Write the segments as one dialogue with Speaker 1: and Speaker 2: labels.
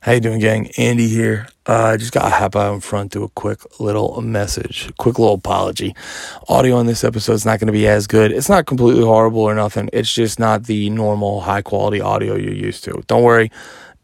Speaker 1: How you doing, gang? Andy here. I uh, just got to hop out in front to a quick little message, quick little apology. Audio on this episode is not going to be as good. It's not completely horrible or nothing. It's just not the normal high quality audio you're used to. Don't worry.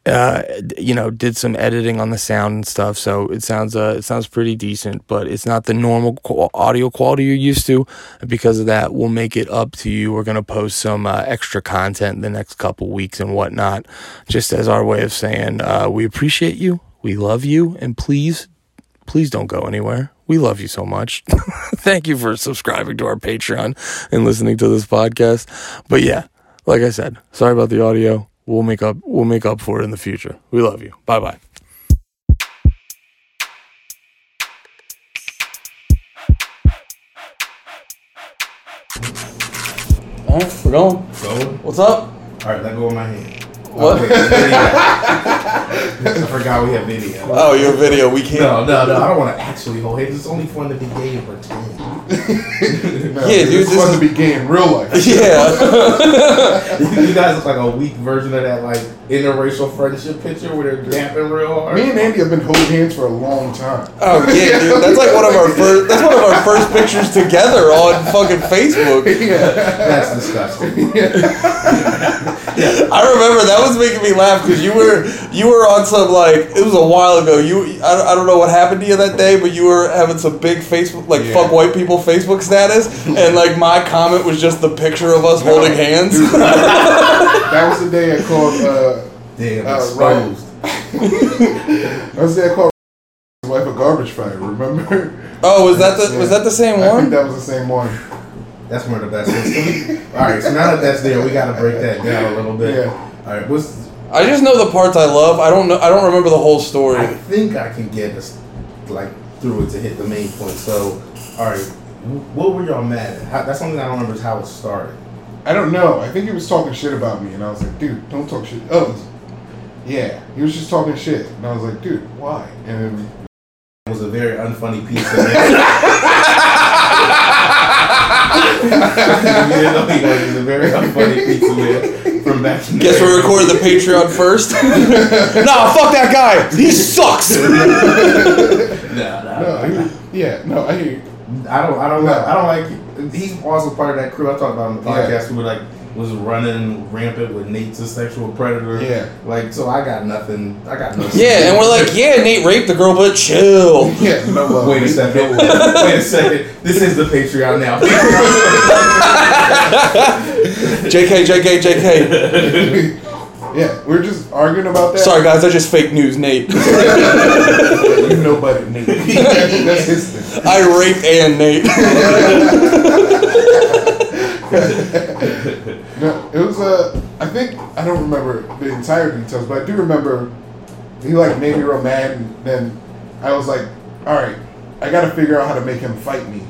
Speaker 1: Uh, you know, did some editing on the sound and stuff, so it sounds uh, it sounds pretty decent, but it's not the normal qu- audio quality you're used to. And because of that, we'll make it up to you. We're gonna post some uh, extra content the next couple weeks and whatnot, just as our way of saying uh, we appreciate you, we love you, and please, please don't go anywhere. We love you so much. Thank you for subscribing to our Patreon and listening to this podcast. But yeah, like I said, sorry about the audio we'll make up we'll make up for it in the future. We love you. Bye bye. All right, we're going.
Speaker 2: Go.
Speaker 1: What's up?
Speaker 2: All right, let go of my hand.
Speaker 1: What?
Speaker 2: Oh, wait, video. I forgot we have video.
Speaker 1: Oh, your video. We can't.
Speaker 2: No, no, no. I don't want to actually hold hands. It's only fun to be gay and pretend.
Speaker 3: No,
Speaker 1: Yeah, dude,
Speaker 3: It's
Speaker 1: this
Speaker 3: fun
Speaker 1: is-
Speaker 3: to be gay in real life.
Speaker 1: Yeah.
Speaker 2: you guys look like a weak version of that like interracial friendship picture where they're dapping real hard.
Speaker 3: Me and Andy have been holding hands for a long time.
Speaker 1: oh yeah, dude. That's like one of our first. That's one of our first pictures together on fucking Facebook.
Speaker 3: yeah.
Speaker 2: That's disgusting.
Speaker 1: I remember that was making me laugh because you were you were on some like it was a while ago. You I, don't- I don't know what happened to you that day, but you were having some big Facebook like
Speaker 3: Yeah.
Speaker 1: fuck white people Facebook status, and like my comment was just the picture of us holding hands.
Speaker 3: That was the day I called. Uh,
Speaker 2: Damn,
Speaker 3: Uh,
Speaker 2: exposed.
Speaker 3: that was the day I called his wife a garbage fire. Remember?
Speaker 1: oh, was that the was that the same
Speaker 3: I think
Speaker 1: one?
Speaker 3: that was the same one.
Speaker 2: That's one of the best ones. All right, so now that that's there, we got to break that down a little bit.
Speaker 3: Yeah.
Speaker 2: All right, what's
Speaker 1: I just know the parts I love. I don't know. I don't remember the whole story.
Speaker 2: I think I can get us like through it to hit the main point. So, all right, wh- what were y'all mad at? How, that's something I don't remember is how it started.
Speaker 3: I don't know. I think he was talking shit about me, and I was like, dude, don't talk shit. Oh, yeah. He was just talking shit, and I was like, dude, why? And then
Speaker 2: It was a very unfunny piece of it. you didn't know he was. It was a very unfunny piece of it from back in the
Speaker 1: Guess we
Speaker 2: day.
Speaker 1: recorded the Patreon first. nah, fuck that guy. He sucks.
Speaker 2: Nah, nah,
Speaker 3: no, he was- yeah, no, I hear you.
Speaker 2: I don't. I don't.
Speaker 3: No.
Speaker 2: Like, I don't like. He's also part of that crew I talked about on the
Speaker 3: Yeah.
Speaker 2: podcast. Who were like was running rampant with Nate's a sexual predator.
Speaker 3: Yeah.
Speaker 2: Like so, I got nothing. I got nothing.
Speaker 1: yeah, and we're like, yeah, Nate raped the girl, but chill.
Speaker 3: Yeah, no uh, love.
Speaker 2: Oh, Wait a second. Wait a second. This is the Patreon now.
Speaker 1: Jk, Jk, Jk.
Speaker 3: yeah, we're just arguing about that.
Speaker 1: Sorry, guys, I just fake news, Nate.
Speaker 2: you know better than me.
Speaker 3: That's his thing.
Speaker 1: I raped and Nate.
Speaker 3: No, it was Uh, I think I don't remember the entire details, but I do remember he like made me real mad, and then I was like, "All right, I got to figure out how to make him fight me."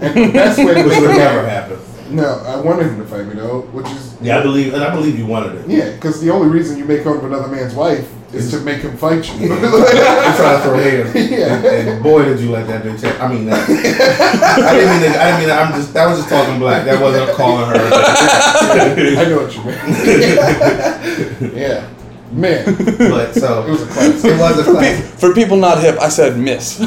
Speaker 3: And the best way to
Speaker 2: Which
Speaker 3: make
Speaker 2: would
Speaker 3: him
Speaker 2: never
Speaker 3: happen.
Speaker 2: happen.
Speaker 3: No, I wanted him to fight me though, which is
Speaker 2: Yeah, I believe, and I believe you wanted it.
Speaker 3: yeah, because the only reason you make fun of another man's wife is to make him fight you.
Speaker 2: I'm trying to throw hands.
Speaker 3: Yeah.
Speaker 2: And, and boy, did you let that bitch. Have, I mean, that, I didn't mean. That, I didn't mean. That, I'm just. That was just talking black. That wasn't calling her.
Speaker 3: I know what you mean. yeah, man,
Speaker 2: but so
Speaker 3: it was a classic.
Speaker 2: It was a classic.
Speaker 1: For people not hip, I said miss.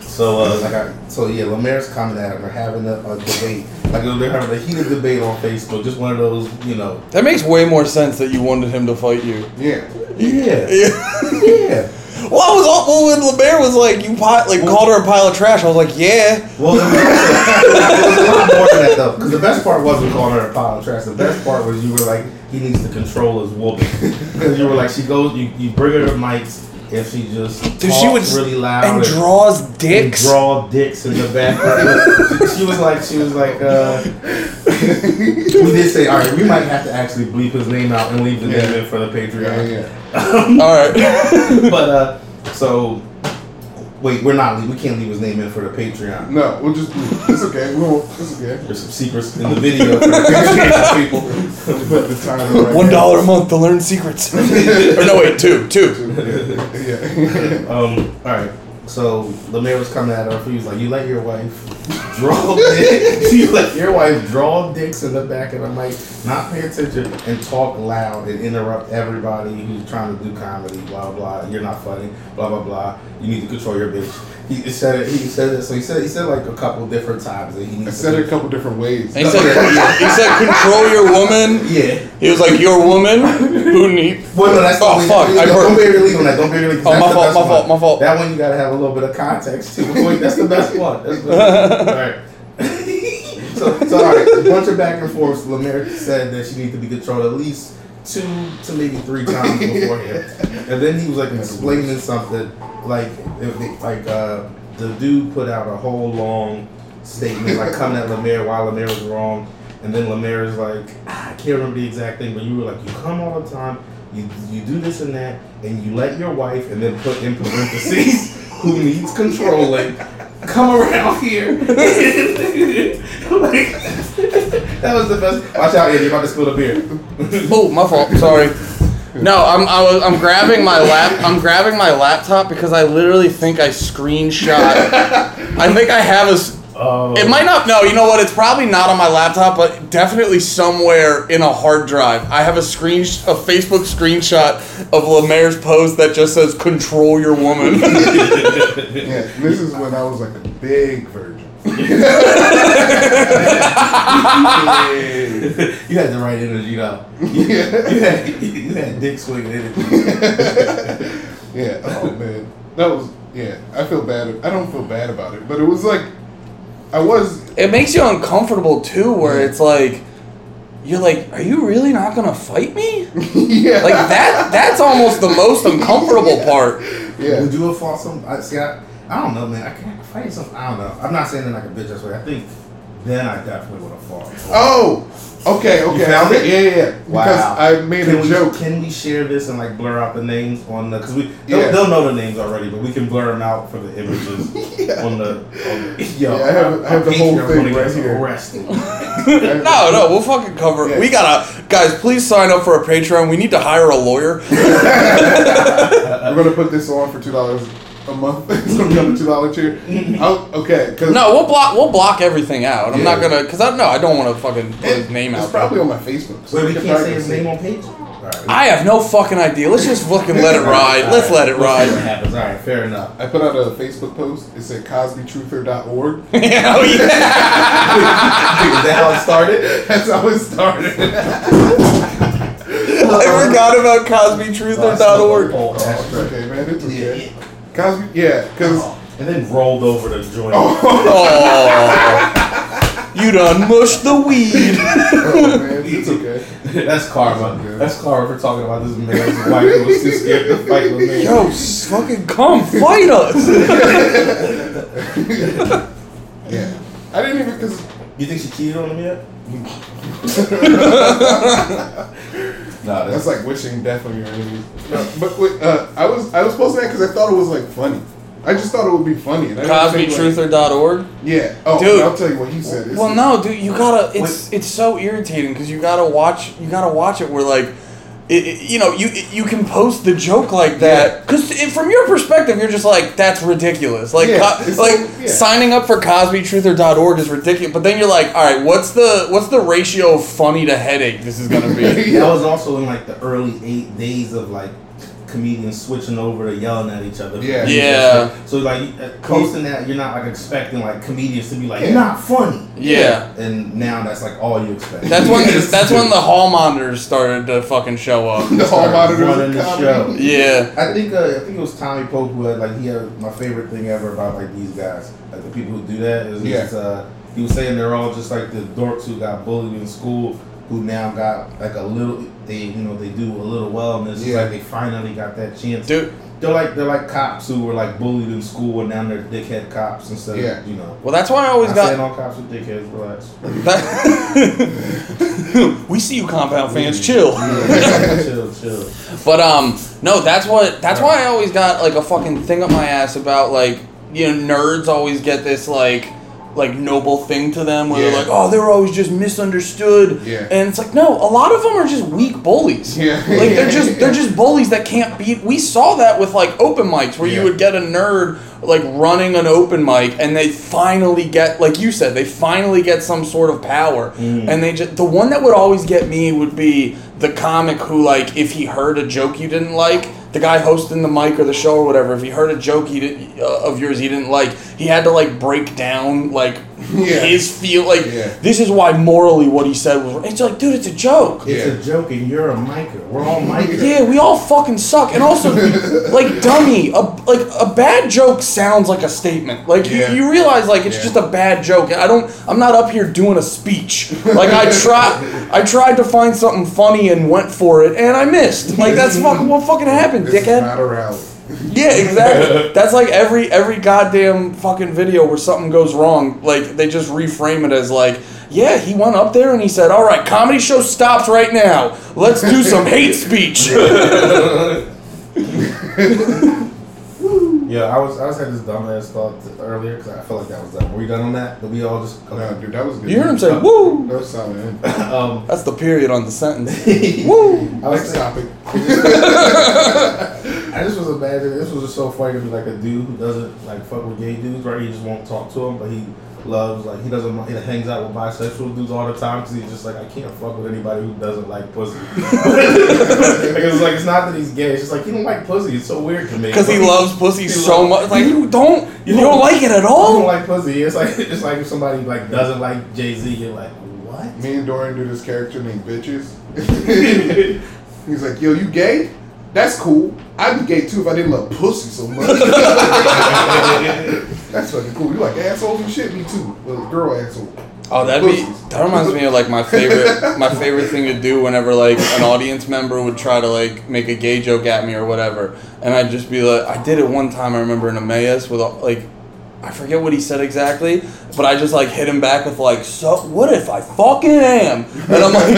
Speaker 2: So uh, like I, so yeah, Lemaire's comment at her having a, a debate. Like they're having a heated debate on Facebook. Just one of those, you know.
Speaker 1: That makes way more sense that you wanted him to fight you.
Speaker 3: Yeah,
Speaker 2: Yeah.
Speaker 1: Yeah.
Speaker 2: Yeah.
Speaker 1: Well, I was all, well, when LeBear was like, you pot, like called her a pile of trash. I was like, yeah.
Speaker 2: Well, it was, it was a lot more than that though, because the best part wasn't calling her a pile of trash. The best part was you were like, he needs to control his woman. Because you were like, she goes, you, you bring her to mics, and she just
Speaker 1: Dude,
Speaker 2: talks
Speaker 1: she would
Speaker 2: really loud
Speaker 1: and draws dicks.
Speaker 2: and draw dicks in the background. she, she was like, she was like, uh, we did say, all right, we might have to actually bleep his name out and leave the
Speaker 3: Yeah.
Speaker 2: name in for the Patreon.
Speaker 3: yeah, yeah.
Speaker 1: all right.
Speaker 2: But uh, so wait, we're not, we can't leave his name in for the Patreon.
Speaker 3: No, we'll just it's okay. We won't. It's okay.
Speaker 2: There's some secrets in the video for the Patreon people.
Speaker 3: We'll put the time right.
Speaker 1: One dollar a month to learn secrets. or no, wait, two, two.
Speaker 3: Yeah.
Speaker 2: Um, all right. So Lemire was coming at her. He was like, "You let your wife draw dicks. you let your wife draw dicks in the back of the mic, not pay attention, and talk loud and interrupt everybody who's trying to do comedy. Blah blah. You're not funny. Blah blah blah. You need to control your bitch." He said it. He said it. So he said he said like a couple different times that he needs
Speaker 3: I
Speaker 2: to
Speaker 3: said it a couple different ways.
Speaker 4: And he said, he said, control your woman.
Speaker 2: Yeah.
Speaker 4: He was like, your woman who need.
Speaker 2: Well, no, that's
Speaker 4: Oh,
Speaker 2: the
Speaker 4: fuck,
Speaker 2: Don't,
Speaker 4: I
Speaker 2: don't
Speaker 4: burped.
Speaker 2: bury your lead on that. Don't bury your lead.
Speaker 4: Oh, my
Speaker 2: That's the
Speaker 4: fault,
Speaker 2: best
Speaker 4: my
Speaker 2: one.
Speaker 4: fault, my fault.
Speaker 2: That one you gotta have a little bit of context too. Wait, that's the best one. That's the best one. All right. so, so all right, a bunch of back and forths. Lemire said that she needed to be controlled at least two to maybe three times beforehand, and then he was like explaining something like if they, like uh, the dude put out a whole long statement like coming at Lemire while Lemire was wrong. And then Lemaire's like, "Ah, I can't remember the exact thing, but you were like, you come all the time, you you do this and that, and you let your wife, and then put in parentheses, who needs controlling, come around here. Like, that was the best. Watch out, Ed, you're about to spill the beer.
Speaker 4: Oh, my fault. Sorry. No, I'm I was, I'm grabbing my lap I'm grabbing my laptop because I literally think I screenshot. I think I have a. s-
Speaker 2: Oh,
Speaker 4: It might not. No, you know what? It's probably not on my laptop, but definitely somewhere in a hard drive. I have a screen, a Facebook screenshot of Lemaire's post that just says "Control your woman."
Speaker 3: Yeah, this is when I was like a big virgin. Big.
Speaker 2: you had the right energy though. You, you had you had dick swinging energy.
Speaker 3: Yeah. Oh man, that was yeah. I feel bad. I don't feel bad about it, but it was like I was.
Speaker 4: it makes you uncomfortable too, where it's like, you're like, "Are you really not gonna fight me?"
Speaker 3: yeah.
Speaker 4: Like that. That's almost the most uncomfortable part.
Speaker 3: Yeah.
Speaker 2: Would you have fought some? I see. I, I don't know, man. I can't fight some. I don't know. I'm not saying that like a bitch. That's what I think. Then I definitely would have fought.
Speaker 3: Oh. Okay. Okay.
Speaker 2: found it?
Speaker 3: Yeah. Yeah. yeah. Because I made
Speaker 2: can
Speaker 3: a
Speaker 2: we,
Speaker 3: joke.
Speaker 2: Can we share this and like blur out the names on the? Because we they'll,
Speaker 3: Yeah.
Speaker 2: they'll know the names already, but we can blur them out for the images on the. On, yo,
Speaker 3: Yeah, I have- I have the whole
Speaker 2: Patreon
Speaker 3: thing
Speaker 2: wanna get
Speaker 3: right
Speaker 2: us
Speaker 3: here.
Speaker 2: Arrested.
Speaker 4: No, no, we'll fucking cover. it. We gotta, guys. Please sign up for a Patreon. We need to hire a lawyer.
Speaker 3: We're gonna put this on for two dollars a month. it's gonna be on the two dollar tier. Oh, okay. 'cause
Speaker 4: No, we'll block. We'll block everything out. I'm not
Speaker 3: Yeah.
Speaker 4: gonna, cause I no, I don't want to fucking put his name
Speaker 3: It's
Speaker 4: out.
Speaker 3: probably on my Facebook.
Speaker 2: Wait, we
Speaker 3: you
Speaker 2: can't
Speaker 3: can
Speaker 2: say
Speaker 3: probably
Speaker 2: his
Speaker 3: see.
Speaker 2: name on page. All right.
Speaker 4: I have no fucking idea. Let's just fucking let it ride. Let's let it
Speaker 2: We'll see What
Speaker 4: ride.
Speaker 2: happens? All right, fair enough.
Speaker 3: I put out a Facebook post. It said CosbyTruther.org.
Speaker 4: Hell yeah.
Speaker 2: Is that how it started?
Speaker 3: That's how it started.
Speaker 4: I forgot about CosbyTruther.org.
Speaker 2: Oh, that's
Speaker 3: It's
Speaker 2: right.
Speaker 3: okay, man. It's
Speaker 2: Yeah.
Speaker 3: okay. Cosby, yeah, because
Speaker 2: And then rolled over the joint.
Speaker 3: Oh.
Speaker 4: Oh, you done mushed the weed.
Speaker 3: Oh, man, it's okay.
Speaker 2: That's karma. That's karma for talking about this man's wife who was too scared to fight with me.
Speaker 4: Yo, s- fucking come fight us.
Speaker 3: Yeah, I didn't even because
Speaker 2: You think she cheated on him yet? nah,
Speaker 3: that's like wishing death on your enemies. No, but wait, uh, I was I was posting that because I thought it was like funny. I just thought it would be funny. And I didn't think, like-
Speaker 4: CosbyTruther.org.
Speaker 3: Yeah. Oh,
Speaker 4: Dude.
Speaker 3: I'll tell you what he said. It's-
Speaker 4: Well, no, dude, you gotta. It's it's so irritating because you gotta watch. You gotta watch it where like, it, it- you know, you you can post the joke like that because from your perspective, you're just like that's ridiculous. Like
Speaker 3: Yeah,
Speaker 4: co-
Speaker 3: it's
Speaker 4: like
Speaker 3: so- yeah.
Speaker 4: signing up for CosbyTruther.org is ridiculous. But then you're like, all right, what's the what's the ratio of funny to headache this is gonna be?
Speaker 2: that was also in like the early eight days of like comedians switching over to yelling at each other.
Speaker 3: Yeah.
Speaker 4: Yeah.
Speaker 2: So like uh, posting that, you're not like expecting like comedians to be like
Speaker 3: Yeah.
Speaker 2: not funny.
Speaker 4: yeah.
Speaker 2: And now that's like all you expect.
Speaker 4: That's when
Speaker 3: Yes.
Speaker 4: that's when the hall monitors started to fucking show up.
Speaker 3: the hall
Speaker 2: Sorry, running
Speaker 3: monitors
Speaker 2: the
Speaker 3: of
Speaker 2: show.
Speaker 3: comedy.
Speaker 4: Yeah.
Speaker 2: I think uh, I think it was Tommy Pope who had like he had my favorite thing ever about like these guys, like the people who do that is
Speaker 3: Yeah.
Speaker 2: just, uh, he was saying they're all just like the dorks who got bullied in school, who now got like a little they you know they do a little well and it's just
Speaker 3: Yeah.
Speaker 2: like they finally got that chance.
Speaker 4: Dude,
Speaker 2: They're like they're like cops who were like bullied in school and now they're dickhead cops instead
Speaker 3: Yeah.
Speaker 2: of you know.
Speaker 4: well that's why I always
Speaker 2: I'm
Speaker 4: got
Speaker 2: saying all cops are dickheads. Relax.
Speaker 4: That- we see you, compound fans. Chill.
Speaker 2: chill, chill.
Speaker 4: But um, no, that's what. That's why I always got like a fucking thing up my ass about like you know nerds always get this like like noble thing to them where
Speaker 3: Yeah.
Speaker 4: they're like, oh, they were always just misunderstood.
Speaker 3: Yeah.
Speaker 4: And it's like, no, a lot of them are just weak bullies.
Speaker 3: Yeah.
Speaker 4: Like they're just they're just bullies that can't beat. We saw that with like open mics where
Speaker 3: Yeah.
Speaker 4: you would get a nerd like running an open mic and they finally get like you said they finally get some sort of power
Speaker 3: Mm.
Speaker 4: and they just the one that would always get me would be the comic who like if he heard a joke you didn't like the guy hosting the mic or the show or whatever if he heard a joke he did, uh, of yours he didn't like he had to like break down like
Speaker 3: Yeah.
Speaker 4: his feel like
Speaker 3: Yeah.
Speaker 4: this is why morally what he said was it's like dude it's a joke
Speaker 2: It's
Speaker 3: Yeah.
Speaker 2: a joke, and you're a micer. We're all micers.
Speaker 4: yeah, we all fucking suck. And also, like, dummy, a, like a bad joke sounds like a statement. Like,
Speaker 3: Yeah.
Speaker 4: you, you realize, like, it's
Speaker 3: Yeah.
Speaker 4: just a bad joke. I don't, I'm not up here doing a speech. Like, I tried, I tried to find something funny and went for it, and I missed. Like, that's fucking what fucking happened,
Speaker 3: This is
Speaker 4: dickhead.
Speaker 3: not a rally.
Speaker 4: Yeah, exactly. That's like every every goddamn fucking video where something goes wrong, like they just reframe it as like, yeah, he went up there and he said, "All right, comedy show stops right now. Let's do some hate speech."
Speaker 2: Yeah, I was I was had this dumbass thought earlier because I felt like that was done. Were we done on that? Did we all just
Speaker 3: No, dude, that was good.
Speaker 4: You heard him say, "Woo."
Speaker 3: That was solid.
Speaker 2: Um,
Speaker 4: That's the period on the sentence.
Speaker 2: I
Speaker 4: Woo.
Speaker 2: was
Speaker 3: Next topic.
Speaker 2: I just was imagining this was just so funny to be like a dude who doesn't like fuck with gay dudes, right? He just won't talk to them, but he loves like he doesn't mind- he hangs out with bisexual dudes all the time because he's just like I can't fuck with anybody who doesn't like pussy. like it's like it's not that he's gay, it's just like he don't like pussy. It's so weird to me.
Speaker 4: Because he
Speaker 2: But-
Speaker 4: loves pussy so much. Like you don't, you don't like it at
Speaker 2: I don't
Speaker 4: all.
Speaker 2: like pussy. It's like it's like if somebody like doesn't like Jay Z, you're like what?
Speaker 3: Me and Dorian do this character named Bitches. He's like, yo, you gay? That's cool. I'd be gay too if I didn't love pussy so much. That's fucking cool. You like assholes and shit? Me too. Well, girl asshole.
Speaker 4: Oh, that'd be that reminds me of like my favorite my favorite thing to do whenever like an audience member would try to like make a gay joke at me or whatever, and I'd just be like, I did it one time. I remember in Emmaus with all- like, I forget what he said exactly, but I just like hit him back with like, so what if I fucking am? And I'm like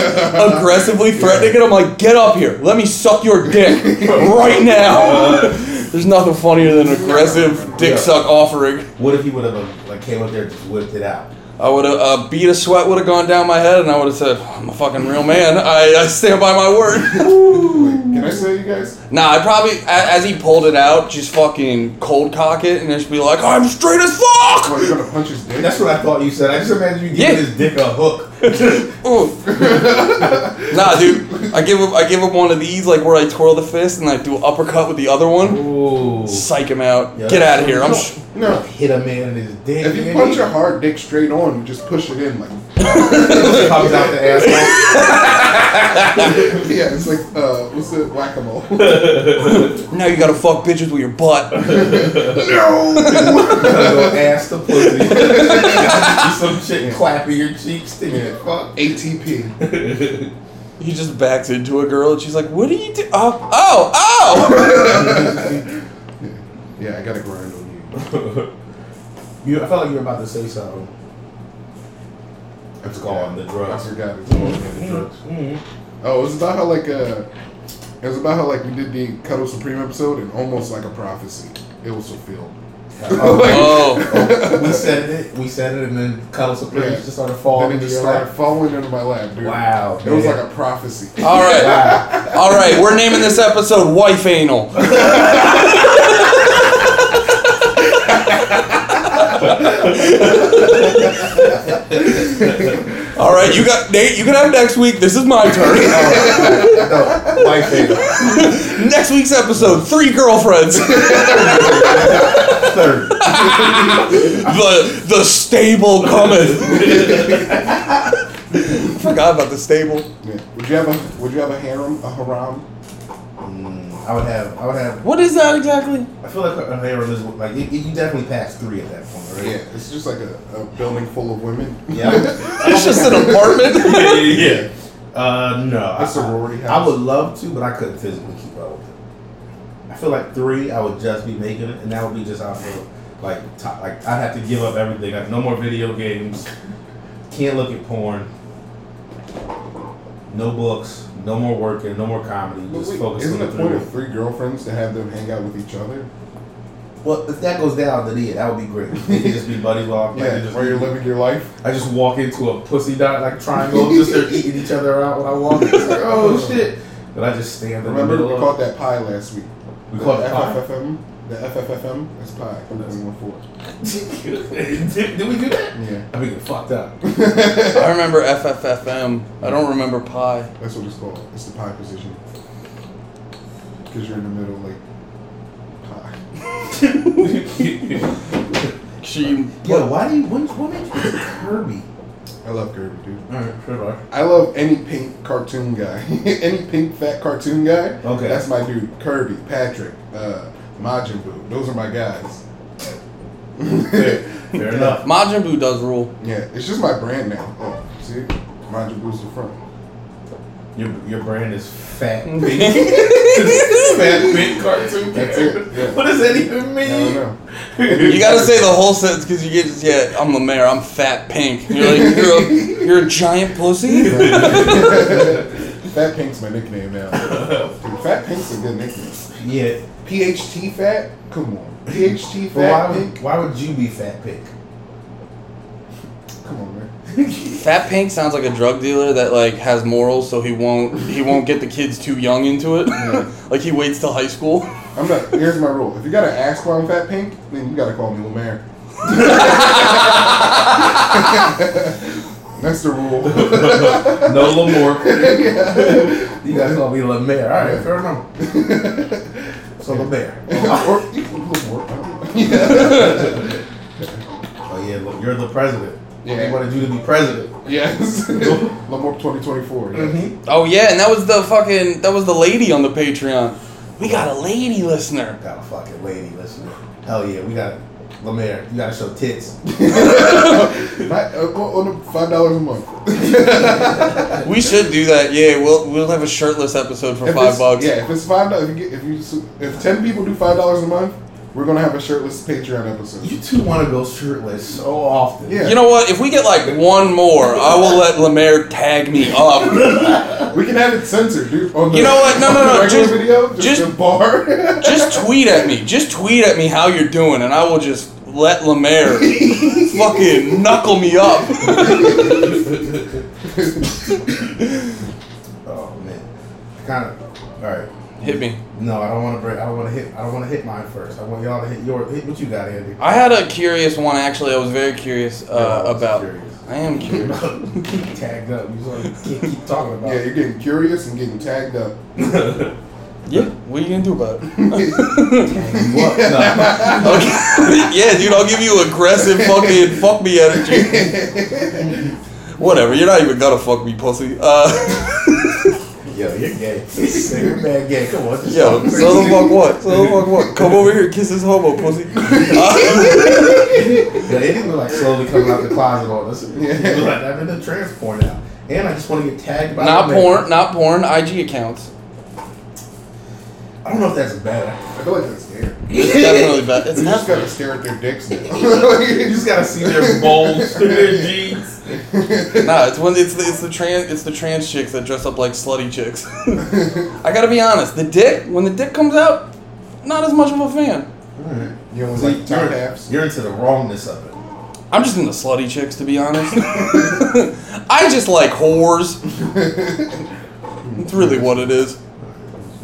Speaker 4: aggressively threatening it. I'm like, get up here, let me suck your dick right now. There's nothing funnier than aggressive dick
Speaker 2: Yeah.
Speaker 4: suck offering.
Speaker 2: What if he would have like came up there and just whipped it out?
Speaker 4: I would have uh, beat a sweat would have gone down my head, and I would have said, "I'm a fucking real man. I, I stand by my word."
Speaker 3: Can I say you guys?
Speaker 4: nah, I probably a- as he pulled it out, just fucking cold cock it, and just be like, "I'm straight as fuck."
Speaker 3: What, you gonna punch his dick?
Speaker 2: That's what I thought you said. I just imagine you giving
Speaker 4: Yeah.
Speaker 2: his dick a hook.
Speaker 4: Ooh. nah, dude, I give him I give him one of these like where I twirl the fist and I do an uppercut with the other one,
Speaker 2: Ooh.
Speaker 4: psych him out.
Speaker 2: Yeah,
Speaker 4: Get
Speaker 2: that's
Speaker 4: out of here. I'm. Sh-
Speaker 3: no.
Speaker 2: Hit a man in his dick.
Speaker 3: If you
Speaker 2: man.
Speaker 3: punch a hard dick straight on, you just push it in like.
Speaker 2: It comes out the asshole.
Speaker 3: yeah, it's like uh, what's it? Whack a mole.
Speaker 4: now you gotta fuck bitches with your butt.
Speaker 3: no.
Speaker 2: Go ass to pussy. Do some shit clapping your cheeks, sticking it. Fuck.
Speaker 3: ATP.
Speaker 4: he just backs into a girl and she's like, "What are you do? Oh, oh, oh!"
Speaker 3: Yeah, I gotta grind on you.
Speaker 2: You, I felt like you were about to say something. It's gone. The drugs.
Speaker 3: I forgot. It's gone.
Speaker 2: The drugs. Mm-hmm.
Speaker 3: Oh, it was about how like uh, it was about how like we did the Cuddle Supreme episode and almost like a prophecy, it was fulfilled.
Speaker 4: oh.
Speaker 2: we said it. We said it, and then cuddle supreme
Speaker 3: Yeah.
Speaker 2: just started falling.
Speaker 3: then it
Speaker 2: into
Speaker 3: just
Speaker 2: your
Speaker 3: started
Speaker 2: lap.
Speaker 3: falling into my lap, dude.
Speaker 2: Oh, Wow,
Speaker 3: it was
Speaker 2: man.
Speaker 3: like a prophecy.
Speaker 4: All right,
Speaker 2: Wow.
Speaker 4: all right. We're naming this episode "Wife Anal." all right, you got Nate. You can have next week. This is my turn.
Speaker 2: no, white people.
Speaker 4: Next week's episode: three girlfriends.
Speaker 2: Third.
Speaker 4: the the stable cometh. Forgot about the stable.
Speaker 3: Yeah. Would you have a Would you have a harem, a haram?
Speaker 2: Mm, I would have. I would have.
Speaker 4: What is that exactly?
Speaker 2: I feel like an era is like you, you definitely passed three at that point, right?
Speaker 3: Yeah, it's just like a, a building full of women.
Speaker 2: Yeah.
Speaker 4: It's just an apartment.
Speaker 2: yeah. yeah. Uh, no. I-
Speaker 3: A sorority house.
Speaker 2: I would love to, but I couldn't physically keep up with it. I feel like three, I would just be making it, and that would be just out for like, top, like I'd have to give up everything. Like no more video games, can't look at porn, no books, no more working, no more comedy.
Speaker 3: But
Speaker 2: Just
Speaker 3: wait,
Speaker 2: focus on
Speaker 3: isn't
Speaker 2: the
Speaker 3: the point
Speaker 2: three.
Speaker 3: of three girlfriends to have them hang out with each other?
Speaker 2: Well, if that goes down, then yeah, that would be great. We could just be buddies while I'm
Speaker 3: Yeah, where you're living your life.
Speaker 2: I just walk into a pussy dot like triangle, just they're eating each other out when I walk. in. It's like, oh shit! And I just stand in
Speaker 3: Remember
Speaker 2: the
Speaker 3: we
Speaker 2: middle.
Speaker 3: caught that pie last week.
Speaker 2: We caught
Speaker 3: the
Speaker 2: it pie.
Speaker 3: FFFM. The FFFM. That's pie. That's one four.
Speaker 2: did, did we do that?
Speaker 3: Yeah,
Speaker 2: I mean, get fucked up.
Speaker 4: I remember FFFM. I don't remember Pi.
Speaker 3: that's what it's called. It's the pie position. Because you're in the middle, like pie.
Speaker 4: She.
Speaker 2: Yo, why do you? When, what made you pick Kirby?
Speaker 3: I love Kirby, dude.
Speaker 2: All right, sure.
Speaker 3: I love any pink cartoon guy. any pink fat cartoon guy.
Speaker 2: Okay.
Speaker 3: That's my dude. Kirby, Patrick, uh, Majin Buu. Those are my guys.
Speaker 2: Fair, fair enough.
Speaker 4: Majin Buu does rule.
Speaker 3: Yeah, it's just my brand now. Oh, see? Majin Buu's the front.
Speaker 2: Your your brand is fat pink. fat pink cartoon.
Speaker 3: That's it, yeah.
Speaker 2: What does that even
Speaker 3: I don't
Speaker 2: mean?
Speaker 3: know.
Speaker 4: You gotta say the whole sentence because you get just yeah. I'm the mayor. I'm fat pink. You're like you're a, you're a giant pussy.
Speaker 3: Fat Pink's my nickname now. Dude, Fat Pink's a good nickname.
Speaker 2: Yeah.
Speaker 3: PHT Fat? Come on.
Speaker 2: Well,
Speaker 3: PHT Fat
Speaker 2: why
Speaker 3: Pink?
Speaker 2: would why would you be fat pink?
Speaker 3: Come on, man.
Speaker 4: Fat pink sounds like a drug dealer that like has morals, so he won't he won't get the kids too young into it. like he waits till high school.
Speaker 3: I'm not. Here's my rule. If you gotta ask why I'm Fat Pink, then you gotta call me Lemaire. That's the rule.
Speaker 2: No Lamore. You guys call me Lemaire. All right, fair enough. So Lemaire.
Speaker 3: or you can look more. I don't know.
Speaker 2: Oh yeah, look, you're the president.
Speaker 3: Yeah.
Speaker 2: They wanted you to be president.
Speaker 3: Yes. Mm-hmm. Lamore 2024. Yeah.
Speaker 4: Oh yeah, and that was the fucking that was the lady on the Patreon. We got a lady listener.
Speaker 2: Got a fucking lady listening. Hell yeah, we got Lemaire. You gotta show tits.
Speaker 3: Not- uh, go on the five dollars a month.
Speaker 4: We should do that. Yeah, we'll we'll have a shirtless episode for
Speaker 3: If
Speaker 4: five
Speaker 3: it's-
Speaker 4: bucks.
Speaker 3: Yeah, if it's five dollars, if you, get, if you su- if ten people do five dollars a month, we're gonna have a shirtless Patreon episode.
Speaker 2: You two want to go shirtless so often.
Speaker 3: Yeah.
Speaker 4: You know what? If we get like one more, I will let Lemaire tag me up.
Speaker 3: We can have it censored, dude. On the,
Speaker 4: You know what? No,
Speaker 3: on
Speaker 4: no,
Speaker 3: the
Speaker 4: no,
Speaker 3: regular
Speaker 4: just-
Speaker 3: video, just,
Speaker 4: just-
Speaker 3: the bar.
Speaker 4: Just tweet at me. Just tweet at me how you're doing, and I will just let Lemaire fucking knuckle me up.
Speaker 2: Oh man. Kind of. All right.
Speaker 4: Hit me.
Speaker 2: No, I don't want to break. I don't want to hit. I don't want to hit mine first. I want y'all to hit your. Hit what you got, Andy.
Speaker 4: I had a curious one actually. I was very curious uh,
Speaker 2: Yeah, I was
Speaker 4: about.
Speaker 2: curious.
Speaker 4: I am curious.
Speaker 2: Tagged up. You just wanna keep, keep talking about.
Speaker 3: yeah,
Speaker 2: it.
Speaker 3: you're getting curious and getting tagged up.
Speaker 4: yeah. What are you gonna do about it?
Speaker 2: What? No.
Speaker 4: Okay. yeah, dude. I'll give you aggressive fucking fuck me energy. Whatever. You're not even gonna fuck me, pussy. Uh,
Speaker 2: Yo, you're gay. You're mad gay. Come on. just
Speaker 4: yo.
Speaker 2: talk.
Speaker 4: So the fuck what? So the fuck what? Come over here, and kiss this homo, pussy. Uh,
Speaker 2: Yeah, they didn't look like slowly coming out the closet on us. Yeah. like, I'm in the trans porn now. And I just want to get tagged by
Speaker 4: not
Speaker 2: the man.
Speaker 4: porn. Not porn. IG accounts.
Speaker 2: I don't know if that's bad.
Speaker 3: I feel like that's scary. You
Speaker 4: It's definitely bad. It's
Speaker 3: just
Speaker 4: not.
Speaker 3: gotta stare at their dicks now.
Speaker 2: You just gotta see their bulge through their jeans.
Speaker 4: Nah, it's when it's the, it's the trans it's the trans chicks that dress up like slutty chicks. I gotta be honest, the dick when the dick comes out, not as much of a fan.
Speaker 3: You know,
Speaker 2: It's
Speaker 3: like
Speaker 2: like
Speaker 3: top
Speaker 2: you're,
Speaker 3: halves.
Speaker 2: you're into the wrongness of it.
Speaker 4: I'm just into slutty chicks to be honest. I just like whores. It's really what it is.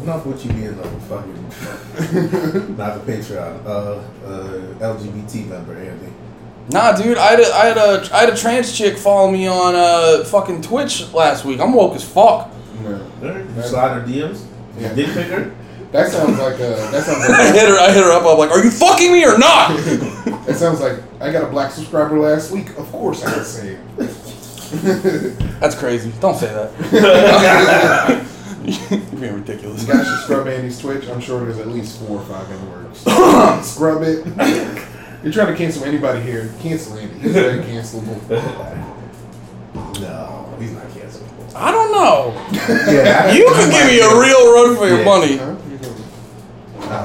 Speaker 2: Enough with you being like fucking not the Patreon, uh, uh, LGBT member, Andy.
Speaker 4: Nah, dude, I had a, I had a I had a trans chick follow me on uh fucking Twitch last week. I'm woke as fuck.
Speaker 3: No.
Speaker 2: You slide her DMs.
Speaker 3: Yeah.
Speaker 2: You dick pic her.
Speaker 3: That sounds like a. That sounds
Speaker 4: I
Speaker 3: like.
Speaker 4: hit her I hit her up. I'm like, are you fucking me or not?
Speaker 3: that sounds like. I got a black subscriber last week. Of course, I can say it.
Speaker 4: That's crazy. Don't say that. You're being ridiculous.
Speaker 3: You guys should scrub Andy's Twitch. I'm sure there's at least four or five in the works. scrub it. You're trying to cancel anybody here. Cancel Andy. He's very cancelable.
Speaker 2: No, he's not cancelable.
Speaker 4: I don't know.
Speaker 2: Yeah,
Speaker 4: You could give me a real run for your
Speaker 2: Yeah.
Speaker 4: money.
Speaker 3: Huh?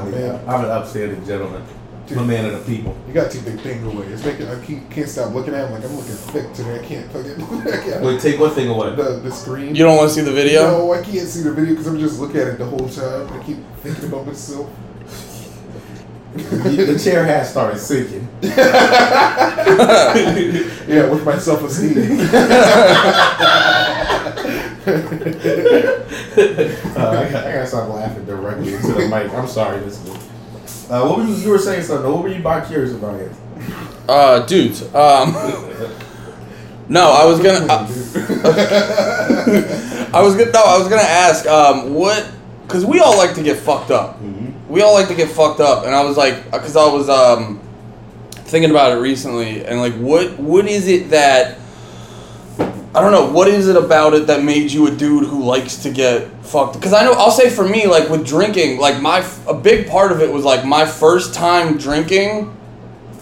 Speaker 3: You got-
Speaker 2: I'm an upstanding gentleman. I'm a man of the people.
Speaker 3: You got too big thing away. It's making I keep, can't stop looking at him like I'm looking thick today. I can't fucking. I can't.
Speaker 2: Wait, take one thing away.
Speaker 3: The, the screen.
Speaker 4: You don't want to see the video?
Speaker 3: No, I can't see the video because I'm just looking at it the whole time. I keep thinking about myself.
Speaker 2: the chair has started sinking.
Speaker 3: Yeah, with my self esteem.
Speaker 2: Uh, I, gotta, I gotta stop laughing directly into the mic. I'm sorry, this. is- Uh, what were you? You were saying something. What were you about curious about it?
Speaker 4: Uh, dudes. Um, no, I was gonna. uh, I was gonna. No, I was gonna ask. Um, what? Because we all like to get fucked up. We all like to get fucked up, and I was like, because I was um, thinking about it recently, and like, what? What is it that? I don't know. What is it about it that made you a dude who likes to get fucked? Because I know I'll say for me, like with drinking, like my f- a big part of it was like my first time drinking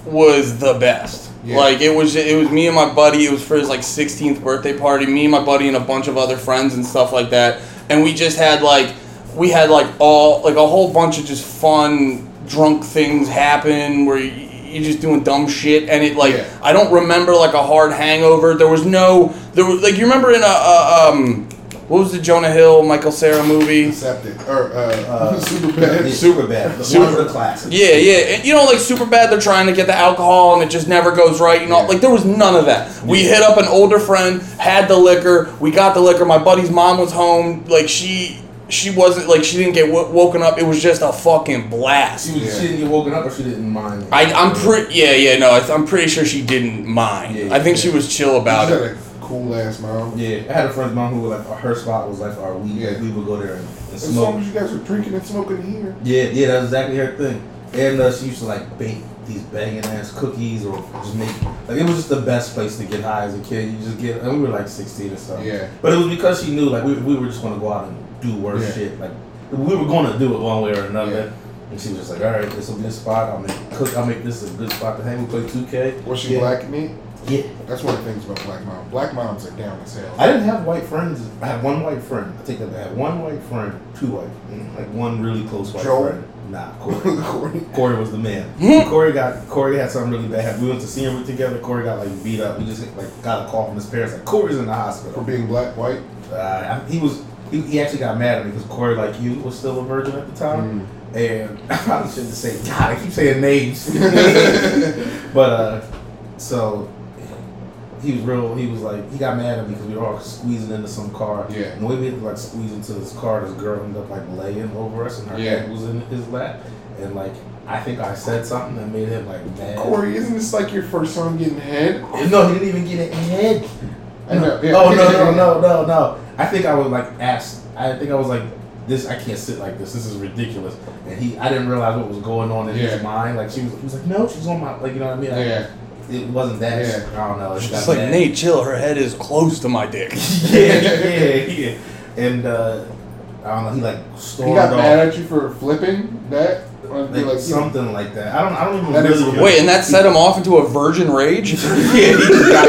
Speaker 4: was the best.
Speaker 3: Yeah.
Speaker 4: Like it was, it was me and my buddy. It was for his like 16th birthday party. Me and my buddy and a bunch of other friends and stuff like that. And we just had like, we had like all like a whole bunch of just fun drunk things happen where you, you're just doing dumb shit. And it like,
Speaker 3: Yeah.
Speaker 4: I don't remember like a hard hangover. There was no there was like you remember in a, a um what was the Jonah Hill Michael Sarah movie?
Speaker 3: Accepted. Or, uh,
Speaker 2: Uh,
Speaker 3: super bad.
Speaker 2: Super bad. The
Speaker 4: Super-
Speaker 2: one of the classics.
Speaker 4: Yeah, yeah. And, you know, like super bad. They're trying to get the alcohol, and it just never goes right. You know,
Speaker 3: Yeah.
Speaker 4: like there was none of that. We hit up an older friend, had the liquor. We got the liquor. My buddy's mom was home. Like she, she wasn't like she didn't get w- woken up. It was just a fucking blast.
Speaker 2: She, was,
Speaker 3: Yeah.
Speaker 2: she didn't get woken up, or she didn't mind. it.
Speaker 4: I, I'm pretty. Yeah, yeah. No, I, I'm pretty sure she didn't mind.
Speaker 2: Yeah,
Speaker 4: I think
Speaker 2: yeah.
Speaker 4: she was chill about
Speaker 3: She
Speaker 4: it.
Speaker 3: had a cool ass mom.
Speaker 2: Yeah, I had a friend's mom who like her spot was like our weed.
Speaker 3: Yeah.
Speaker 2: We would go there and, and
Speaker 3: As long
Speaker 2: smoke.
Speaker 3: as you guys were drinking and smoking here.
Speaker 2: Yeah, yeah, that's exactly her thing. And uh, she used to like bake these banging ass cookies or just make like it was just the best place to get high as a kid. You just get and we were like sixteen or something.
Speaker 3: Yeah.
Speaker 2: But it was because she knew like we, we were just gonna go out and do worse
Speaker 3: Yeah.
Speaker 2: shit. Like we were gonna do it one way or another.
Speaker 3: Yeah.
Speaker 2: And she was just like, All right, this will be a spot, I'll make cook I'll make this a good spot to hang. We play two K.
Speaker 3: Was she
Speaker 2: yeah.
Speaker 3: black and me?
Speaker 2: Yeah.
Speaker 3: That's one of the things about black mom. Black moms are down as hell.
Speaker 2: I didn't have white friends. I had one white friend. I think I had one white friend, two white, mm, like one really close white
Speaker 3: Joel?
Speaker 2: friend. Nah, Corey. Corey was the man. Corey got Corey had something really bad. happen. We went to see him together. Corey got like beat up. We just like got a call from his parents like Corey's in the
Speaker 3: For
Speaker 2: hospital.
Speaker 3: being black, white.
Speaker 2: Uh, I- he was he, he actually got mad at me because Corey like you was still a virgin at the time, and I probably shouldn't say God. I keep saying names, but uh, so he was real. He was like he got mad at me because we were all squeezing into some car.
Speaker 3: Yeah.
Speaker 2: and we had to like squeeze into this car. This girl ended up like laying over us, and her
Speaker 3: Yeah.
Speaker 2: head was in his lap, and like. I think I said something that made him like mad.
Speaker 3: Corey, isn't this like your first time getting head?
Speaker 2: No, he didn't even get a head.
Speaker 3: I know, yeah.
Speaker 2: Oh no no no no no! I think I was like asked. I think I was like, "This I can't sit like this. This is ridiculous." And he, I didn't realize what was going on in
Speaker 3: Yeah.
Speaker 2: his mind. Like she was, he was like, "No, she's on my like you know what I mean." Like,
Speaker 3: Yeah.
Speaker 2: It wasn't that.
Speaker 3: Yeah.
Speaker 2: I don't know. It
Speaker 4: She's
Speaker 2: got
Speaker 4: like
Speaker 2: mad.
Speaker 4: Nate, chill. Her head is close to my dick.
Speaker 2: yeah yeah yeah. And uh, I don't know. He like stormed
Speaker 3: He got
Speaker 2: off.
Speaker 3: mad at you for flipping that? Or be
Speaker 2: like,
Speaker 3: like,
Speaker 2: something like that. I don't. I don't even.
Speaker 3: That is-
Speaker 2: really
Speaker 4: Wait, and that set him off into a virgin rage.
Speaker 2: Yeah, he just got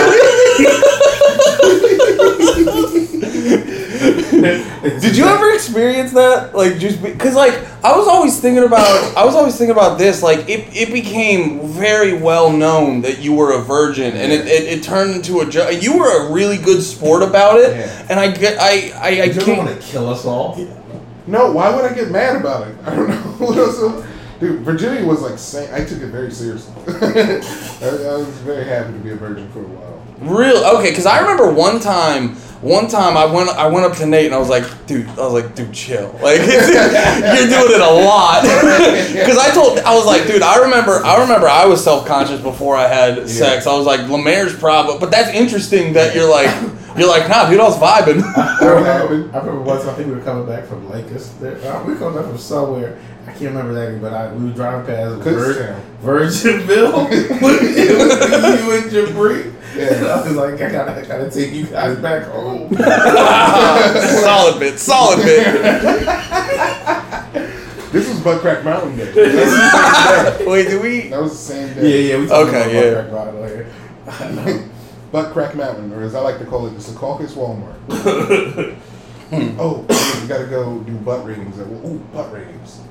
Speaker 4: Did you ever experience that? Like just because like I was always thinking about I was always thinking about this. Like it, it became very well known that you were a virgin, and it, it, it turned into a jo- you were a really good sport about it.
Speaker 2: Yeah.
Speaker 4: And I get I I, I
Speaker 2: Did you
Speaker 4: can't.
Speaker 2: want to kill us all?
Speaker 3: No, why would I get mad about it? I don't know. What else- Dude, virginity was like saying I took it very seriously. I, I was very happy to be a virgin for a while.
Speaker 4: Real okay, because I remember one time, one time I went, I went up to Nate and I was like, dude, I was like, dude, chill, like you're doing it a lot. Because I told, I was like, dude, I remember, I remember, I was self conscious before I had sex. I was like, Lemaire's probably, but that's interesting that you're like, you're like, nah, dude, I was vibing.
Speaker 2: I
Speaker 3: Or
Speaker 2: remember,
Speaker 3: happened.
Speaker 2: I remember once I think we were coming back from Lakers. There- uh, We were coming back from somewhere. I can't remember exactly, but I, we were driving past Vir-
Speaker 3: Kutztown.
Speaker 2: Virginville. it was you and Jabri.
Speaker 3: Yeah.
Speaker 2: And I was like, I gotta, I gotta take you guys back home.
Speaker 4: solid bit, solid bit.
Speaker 3: This was Butt Crack Mountain Day. that
Speaker 4: Wait, do we?
Speaker 3: was the same
Speaker 2: yeah,
Speaker 3: day.
Speaker 2: yeah. We
Speaker 4: Okay,
Speaker 2: about Buck Rock Ride later.
Speaker 3: Butt Crack Mountain, or as I like to call it, the Secaucus Walmart. oh, we gotta go do butt ratings. At, ooh, butt ratings.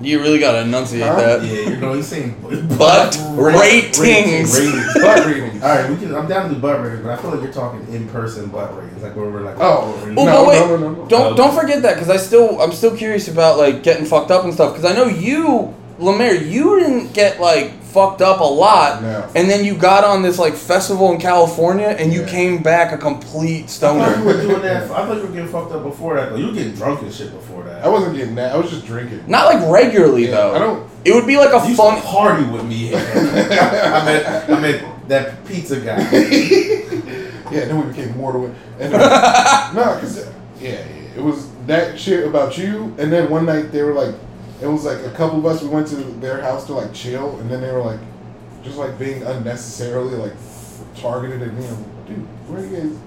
Speaker 4: You really gotta enunciate
Speaker 3: Huh?
Speaker 4: that.
Speaker 2: Yeah, you know he's saying
Speaker 4: But ratings.
Speaker 2: ratings.
Speaker 3: Butt ratings.
Speaker 2: All right, we can. I'm down to do butt ratings, but I feel like you're talking in person butt ratings, like where we're like,
Speaker 3: Oh. No,
Speaker 4: Oh, but wait,
Speaker 3: no, no, no.
Speaker 4: don't don't forget that because I still I'm still curious about like getting fucked up and stuff because I know you Lemaire, you didn't get like fucked up a lot,
Speaker 3: No.
Speaker 4: and then you got on this like festival in California, and you
Speaker 3: Yeah.
Speaker 4: came back a complete
Speaker 2: I thought you
Speaker 4: stoner.
Speaker 2: were doing that. I thought you were getting fucked up before that. though. You were getting drunk and shit before that.
Speaker 3: I wasn't getting that. I was just drinking.
Speaker 4: Not like regularly
Speaker 3: Yeah,
Speaker 4: though.
Speaker 3: I don't-
Speaker 4: It would be like a
Speaker 2: You fun
Speaker 4: fun.
Speaker 2: party with me. I met I met that pizza guy.
Speaker 3: Yeah, then we became mortal. And uh, no, cause uh, yeah, it was that shit about you. And then one night they were like, it was like a couple of us. We went to their house to like chill, and then they were like, just like being unnecessarily like targeted at me. I'm like, dude, where are you guys?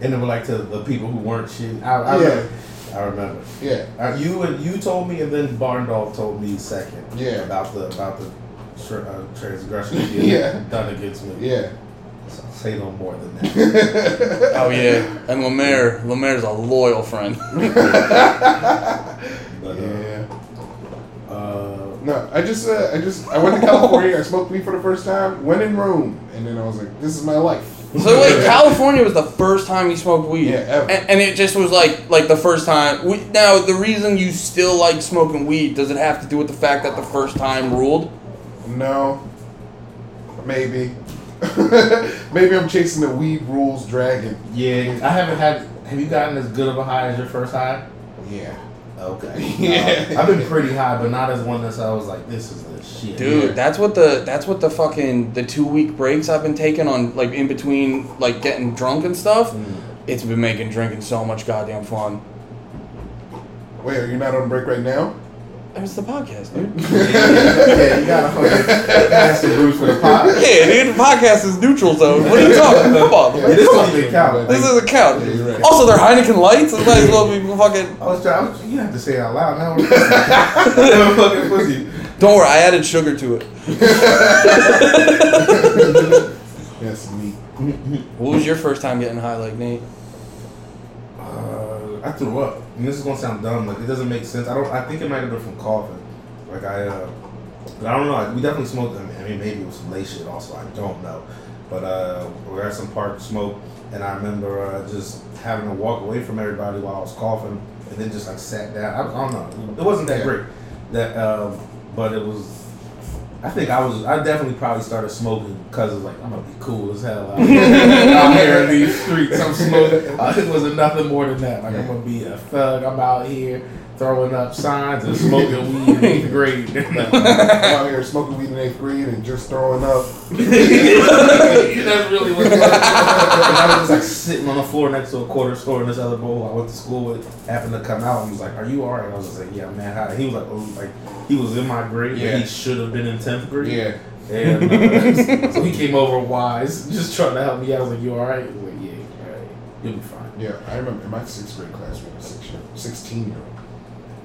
Speaker 2: And then like to the people who weren't shit. I, I
Speaker 3: Yeah.
Speaker 2: remember. I remember.
Speaker 3: Yeah,
Speaker 2: Uh, you and you told me, and then Barndolf told me second.
Speaker 3: Yeah.
Speaker 2: About the about the tr uh, transgression being
Speaker 3: Yeah.
Speaker 2: done against me.
Speaker 3: yeah.
Speaker 2: So say no more than that.
Speaker 4: Oh yeah, and Lemaire, Lemaire's a loyal friend.
Speaker 2: But,
Speaker 3: Yeah.
Speaker 2: uh, uh,
Speaker 3: No, I just, uh, I just, I went to California. I smoked weed for the first time. Went in Rome, and then I was like, this is my life.
Speaker 4: So wait, California was the first time you smoked weed.
Speaker 3: Yeah, ever.
Speaker 4: And, and it just was like like the first time. We, now the reason you still like smoking weed does it have to do with the fact that the first time ruled?
Speaker 3: No. Maybe. Maybe I'm chasing the weed rules dragon.
Speaker 2: yeah. I haven't had. Have you gotten as good of a high as your first high?
Speaker 3: Yeah.
Speaker 2: Okay.
Speaker 3: Yeah.
Speaker 2: Uh, I've been pretty high, but not as one that's I was like, this is the shit.
Speaker 4: Dude,
Speaker 3: Yeah.
Speaker 4: that's what the that's what the fucking the two week breaks I've been taking on like in between like getting drunk and stuff.
Speaker 3: Mm.
Speaker 4: It's been making drinking so much goddamn fun.
Speaker 3: Wait, are you not on break right now?
Speaker 4: It was the podcast, dude.
Speaker 2: yeah, you gotta fucking pass the bruise for the pot. Yeah,
Speaker 4: yeah, dude, the podcast is neutral zone. What are you talking? Come on,
Speaker 3: Yeah.
Speaker 2: this don't even count.
Speaker 4: this doesn't count.
Speaker 3: Yeah, you're right.
Speaker 4: Also, they're Heineken lights. It might as well be fucking.
Speaker 2: I was trying. I was, you didn't have to say it out loud. Now we're I'm fucking pussy.
Speaker 4: Don't worry, I added sugar to it.
Speaker 3: That's me.
Speaker 4: What was your first time getting high like Nate?
Speaker 2: Uh, I threw up. And this is gonna sound dumb. Like it doesn't make sense. I don't. I think it might have been from coughing. Like I. Uh, but I don't know. Like, we definitely smoked. I mean, I mean, maybe it was some late shit. Also, I don't know. But uh, we were at some park smoke, and I remember uh, just having to walk away from everybody while I was coughing, and then just like sat down. I, I don't know. It wasn't that great. That, um, but it was. I think I was. I definitely probably started smoking because it's like I'm gonna be cool as hell. out here. I'm here in these streets. I'm smoking. Uh, it wasn't nothing more than that. Like I'm gonna be a thug. I'm out here throwing up signs and smoking weed in eighth grade.
Speaker 3: I'm out here smoking weed in eighth grade and just throwing up.
Speaker 2: That's really what it was. And I was just like sitting on the floor next to a quarter store in this other bowl I went to school with happened to come out and was like, Are you alright? I was just like, Yeah, man, hi. He was like, oh, like he was in my grade,
Speaker 3: Yeah.
Speaker 2: but he should have been in tenth grade.
Speaker 3: Yeah.
Speaker 2: And uh, so he came over wise, just trying to help me out. I was like, You alright? He was like, Yeah, alright. You'll be fine.
Speaker 3: Yeah, I remember in my sixth grade class we had a six year, sixteen year old,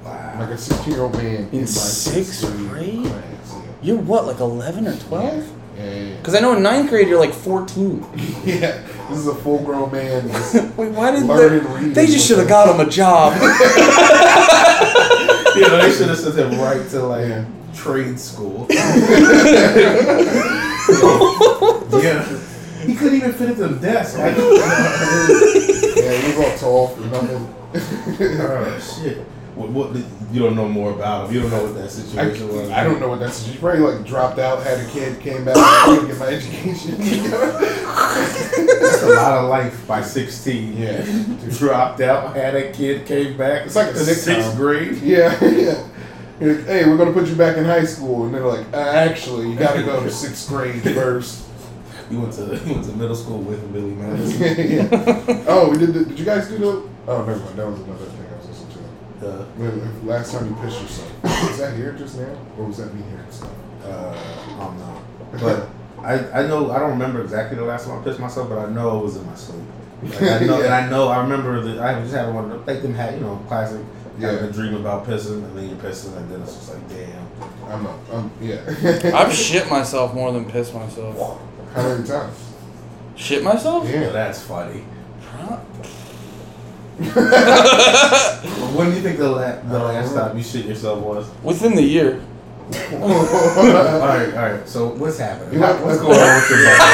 Speaker 2: Wow.
Speaker 3: like a sixteen year old man
Speaker 4: In
Speaker 3: my
Speaker 4: sixth grade?
Speaker 3: class.
Speaker 4: You're what, like 11 or
Speaker 3: Yeah.
Speaker 4: 12?
Speaker 3: Yeah, yeah, yeah.
Speaker 4: Because I know in ninth grade you're like 14.
Speaker 3: Yeah, this is a full grown man. This-
Speaker 4: Wait, why did
Speaker 3: Learn and read
Speaker 4: they? They
Speaker 3: and
Speaker 4: just
Speaker 3: look
Speaker 4: should have
Speaker 3: at-
Speaker 4: got him a job.
Speaker 2: You know, they should have sent him right to like
Speaker 3: Yeah.
Speaker 2: trade school. yeah. He couldn't even fit at the desk. I
Speaker 3: yeah, he was all tall for nothing.
Speaker 2: Oh shit! What, what did- you don't know more about him? You don't know what that situation was.
Speaker 3: I, I don't know what that's. She probably like dropped out, had a kid, came back, I didn't get my education.
Speaker 2: That's a lot of life by sixteen.
Speaker 3: Yeah.
Speaker 2: dropped out, had a kid, came back.
Speaker 3: It's like a
Speaker 2: in
Speaker 3: sitcom.
Speaker 2: sixth grade.
Speaker 3: Yeah, yeah. You're like, hey, we're gonna put you back in high school, and they're like, uh, actually, you gotta go to sixth grade first.
Speaker 2: You went to you went to middle school with Billy Madison.
Speaker 3: yeah. Oh, we did. The, did you guys do the? Oh, never mind. That was another thing I was listening to.
Speaker 2: Uh,
Speaker 3: Wait, wait, last time you pissed yourself, was that here just now, or was that me here just now?
Speaker 2: uh, I don't know, but I, I know I don't remember exactly the last time I pissed myself, but I know it was in my sleep. Like, I know, and I know I remember that I was just having one of the, like them had you know classic.
Speaker 3: Yeah.
Speaker 2: Having a dream about pissing, and then you're pissing, and then it's just like, damn.
Speaker 3: I'm not. I'm yeah.
Speaker 4: I've shit myself more than pissed myself.
Speaker 3: How many times?
Speaker 4: Shit myself?
Speaker 2: Yeah,
Speaker 3: Yeah.
Speaker 2: that's funny.
Speaker 4: Pro-
Speaker 2: When do you think the, la- the
Speaker 3: Uh,
Speaker 2: last time you shit yourself was?
Speaker 4: Within the year.
Speaker 2: all right, all right. So what's happening?
Speaker 3: You have-
Speaker 2: what's going on with your body?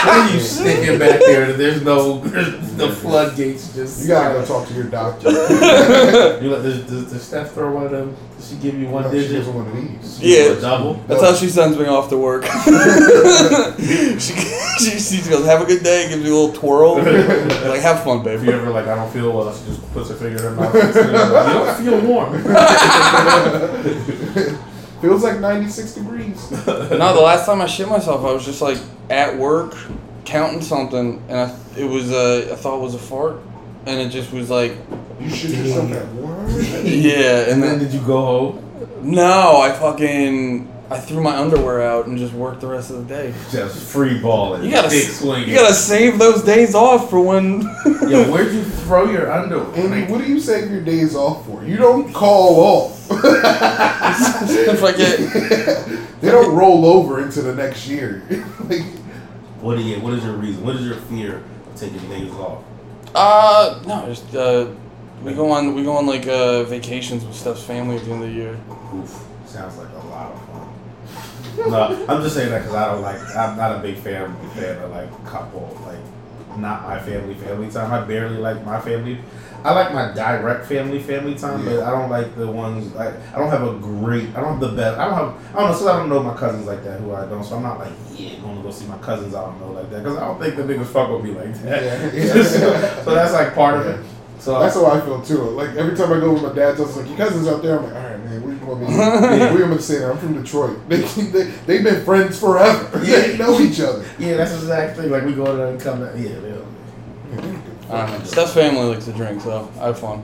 Speaker 2: Why are you sneaking back there? There's no the floodgates just.
Speaker 3: You gotta go talk to your doctor.
Speaker 2: You let does, does, does Steph throw one of them? Does she give you one
Speaker 3: No, Oh, she
Speaker 2: digit?
Speaker 3: gives him one of these.
Speaker 2: She gives
Speaker 4: Yeah.
Speaker 2: you a double.
Speaker 4: That's how she sends me off to work. she, she, she goes, "Have a good day." Gives me a little twirl. like, have fun,
Speaker 2: If
Speaker 4: baby.
Speaker 2: you ever like, I don't feel well, she just puts her finger in her mouth. And says, you don't feel warm.
Speaker 3: Feels like 96 degrees.
Speaker 4: No, the last time I shit myself, I was just like at work counting something, and I, it was a I thought it was a fart, and it just was like,
Speaker 3: You shit yourself at work.
Speaker 4: yeah.
Speaker 2: And
Speaker 4: And
Speaker 2: then
Speaker 4: then
Speaker 2: did you go home?
Speaker 4: no, I fucking I threw my underwear out and just worked the rest of the day.
Speaker 2: Just free balling.
Speaker 4: You gotta
Speaker 2: big
Speaker 4: s-
Speaker 2: swinging.
Speaker 4: You gotta save those days off for when.
Speaker 2: Yo, where'd you throw your underwear?
Speaker 3: Andy,
Speaker 2: Like,
Speaker 3: what do you save your days off for? You don't call off.
Speaker 4: if I get
Speaker 3: They don't roll over into the next year. like,
Speaker 2: what do you? What is your reason? What is your fear of taking days off?
Speaker 4: uh no, just uh we go on we go on like uh vacations with Steph's family at the end of the year.
Speaker 2: Oof, sounds like a lot of fun. no, I'm just saying that because I don't like. I'm not a big fan fan of like couple like not my family family time. I barely like my family. I like my direct family family time, but I don't like the ones like I don't have a great. I don't have the best. I don't have. I don't know. So I don't know my cousins like that who I don't. So I'm not like yeah going to go see my cousins. I don't know like that because I don't think the niggas fuck with me like that.
Speaker 3: Yeah.
Speaker 2: so, so that's like part of it. So
Speaker 3: that's how I feel too. Like every time I go with my dad, I was like, "You cousins out there?" I'm like, "All right, man, where you going to be? Where you going to say that? I'm from Detroit. They, they they've been friends forever. they know each other.
Speaker 2: yeah, that's exactly like we go there and come. Back. Yeah, yeah.
Speaker 4: I don't know. Uh, Steph's family likes to drink, so I have fun.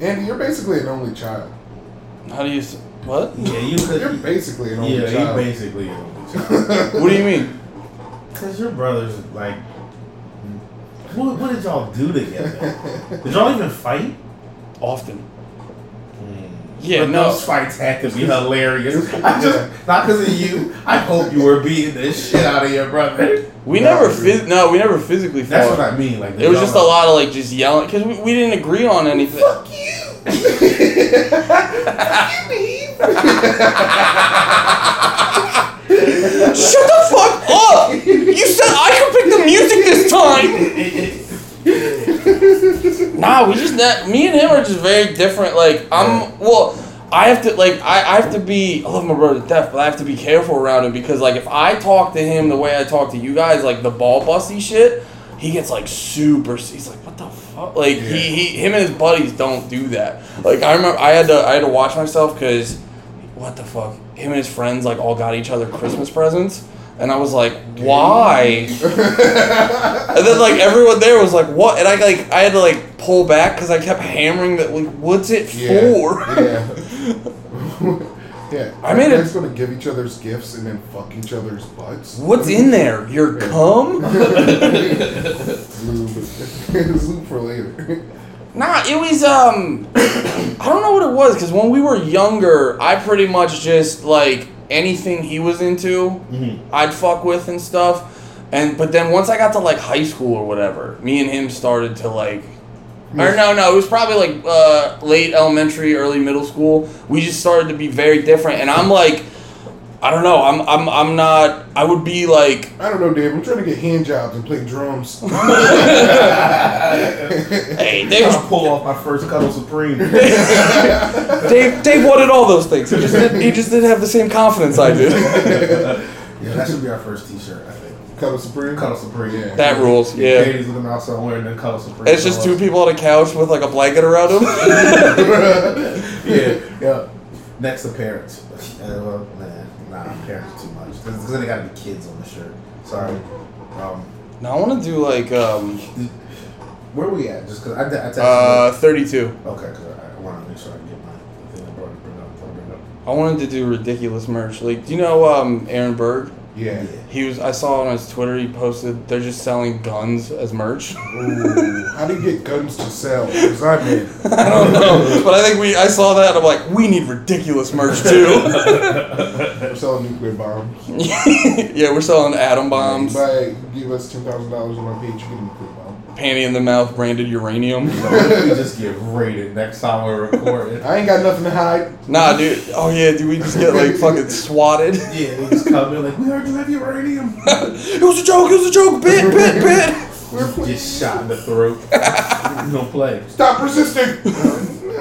Speaker 3: Andy, you're basically an only child.
Speaker 4: How do you? s- What?
Speaker 2: Yeah, you could.
Speaker 3: You're basically an only
Speaker 2: yeah,
Speaker 3: child.
Speaker 2: you basically an only child.
Speaker 4: What do you mean?
Speaker 2: Cause your brothers like, what, what did y'all do together? Did y'all even fight?
Speaker 4: Often. Yeah,
Speaker 2: But
Speaker 4: no.
Speaker 2: Those fights had to be hilarious. I Hmm. just not because of you. I hope you were beating the shit out of your brother.
Speaker 4: We
Speaker 3: No,
Speaker 4: never
Speaker 3: dude.
Speaker 4: phys- no, we never physically
Speaker 2: That's
Speaker 4: fought.
Speaker 2: what I mean. Like
Speaker 4: it was just a lot of like just yelling because we, we didn't agree on anything. Fuck you! Shut the fuck up! You said I could pick the music this time. Nah, we just that me and him are just very different. Like I'm well, I have to like I, I have to be I love my brother to death, but I have to be careful around him because like if I talk to him the way I talk to you guys, like the ball busty shit, he gets like super he's like, What the fuck? Like he, he him and his buddies don't do that. Like I remember I had to I had to watch myself because what the fuck? Him and his friends like all got each other Christmas presents. And I was like, why? And then like everyone there was like, "What?" And I like I had to like pull back because I kept hammering that. Like, what's it for?
Speaker 3: Yeah. yeah.
Speaker 4: I made
Speaker 3: Are you
Speaker 4: it-
Speaker 3: guys gonna give each other's gifts and then fuck each other's butts.
Speaker 4: What's in there? Your cum?
Speaker 3: Lube. It's lube for later.
Speaker 4: nah, it was um, I don't know what it was because when we were younger, I pretty much just like anything he was into, I'd fuck with and stuff. And but then once I got to like high school or whatever, me and him started to like Or no, no, it was probably like uh, late elementary, early middle school. We just started to be very different, and I'm like, I don't know, I'm, I'm, I'm not. I would be like,
Speaker 3: I don't know, Dave. I'm trying to get hand jobs and play drums.
Speaker 4: hey, Dave,
Speaker 2: I pull off my first cuddle supreme.
Speaker 4: Dave, Dave wanted all those things. He just, didn't, he just didn't have the same confidence I did.
Speaker 2: yeah, that should be our first T-shirt. I think.
Speaker 3: Cuddle Supreme.
Speaker 2: Cuddle supreme.
Speaker 3: Yeah.
Speaker 4: that rules, yeah.
Speaker 2: Katie's looking out somewhere and then cuddle supreme. Oh,
Speaker 4: It's just two people on a couch with like a blanket around them.
Speaker 2: yeah, yeah. Next to parents. Uh, well, man, nah, parents too much. Because then they gotta be kids on the shirt. Sorry. Um,
Speaker 4: now I want to do like um,
Speaker 2: where we at? Just because I, I texted.
Speaker 4: uh, 32.
Speaker 2: you. okay, because I, I want to make sure I get my the thing uh, I brought bring up. brought bring up.
Speaker 4: I wanted to do ridiculous merch. Like, do you know um, Aaron Berg?
Speaker 3: Yeah.
Speaker 4: He was. I saw on his Twitter. He posted they're just selling guns as merch.
Speaker 3: Ooh. How do you get guns to sell? Because I'm in.
Speaker 4: I don't know, but I think we. I saw that. and I'm like, we need ridiculous merch too.
Speaker 3: I'm selling nuclear bombs.
Speaker 4: yeah, we're selling atom bombs.
Speaker 3: If I give us ten thousand dollars on our page, you get a nuclear bomb.
Speaker 4: panty in the mouth branded uranium.
Speaker 2: we just get raided next time we record it.
Speaker 3: I ain't got nothing to hide.
Speaker 4: nah, dude. Oh yeah, dude. We just get like fucking swatted.
Speaker 2: Yeah, we just come in like, we heard you have uranium.
Speaker 4: it was a joke. It was a joke. Bit, bit, bit.
Speaker 3: We're playing.
Speaker 2: Get shot in the throat. you don't play.
Speaker 3: Stop resisting.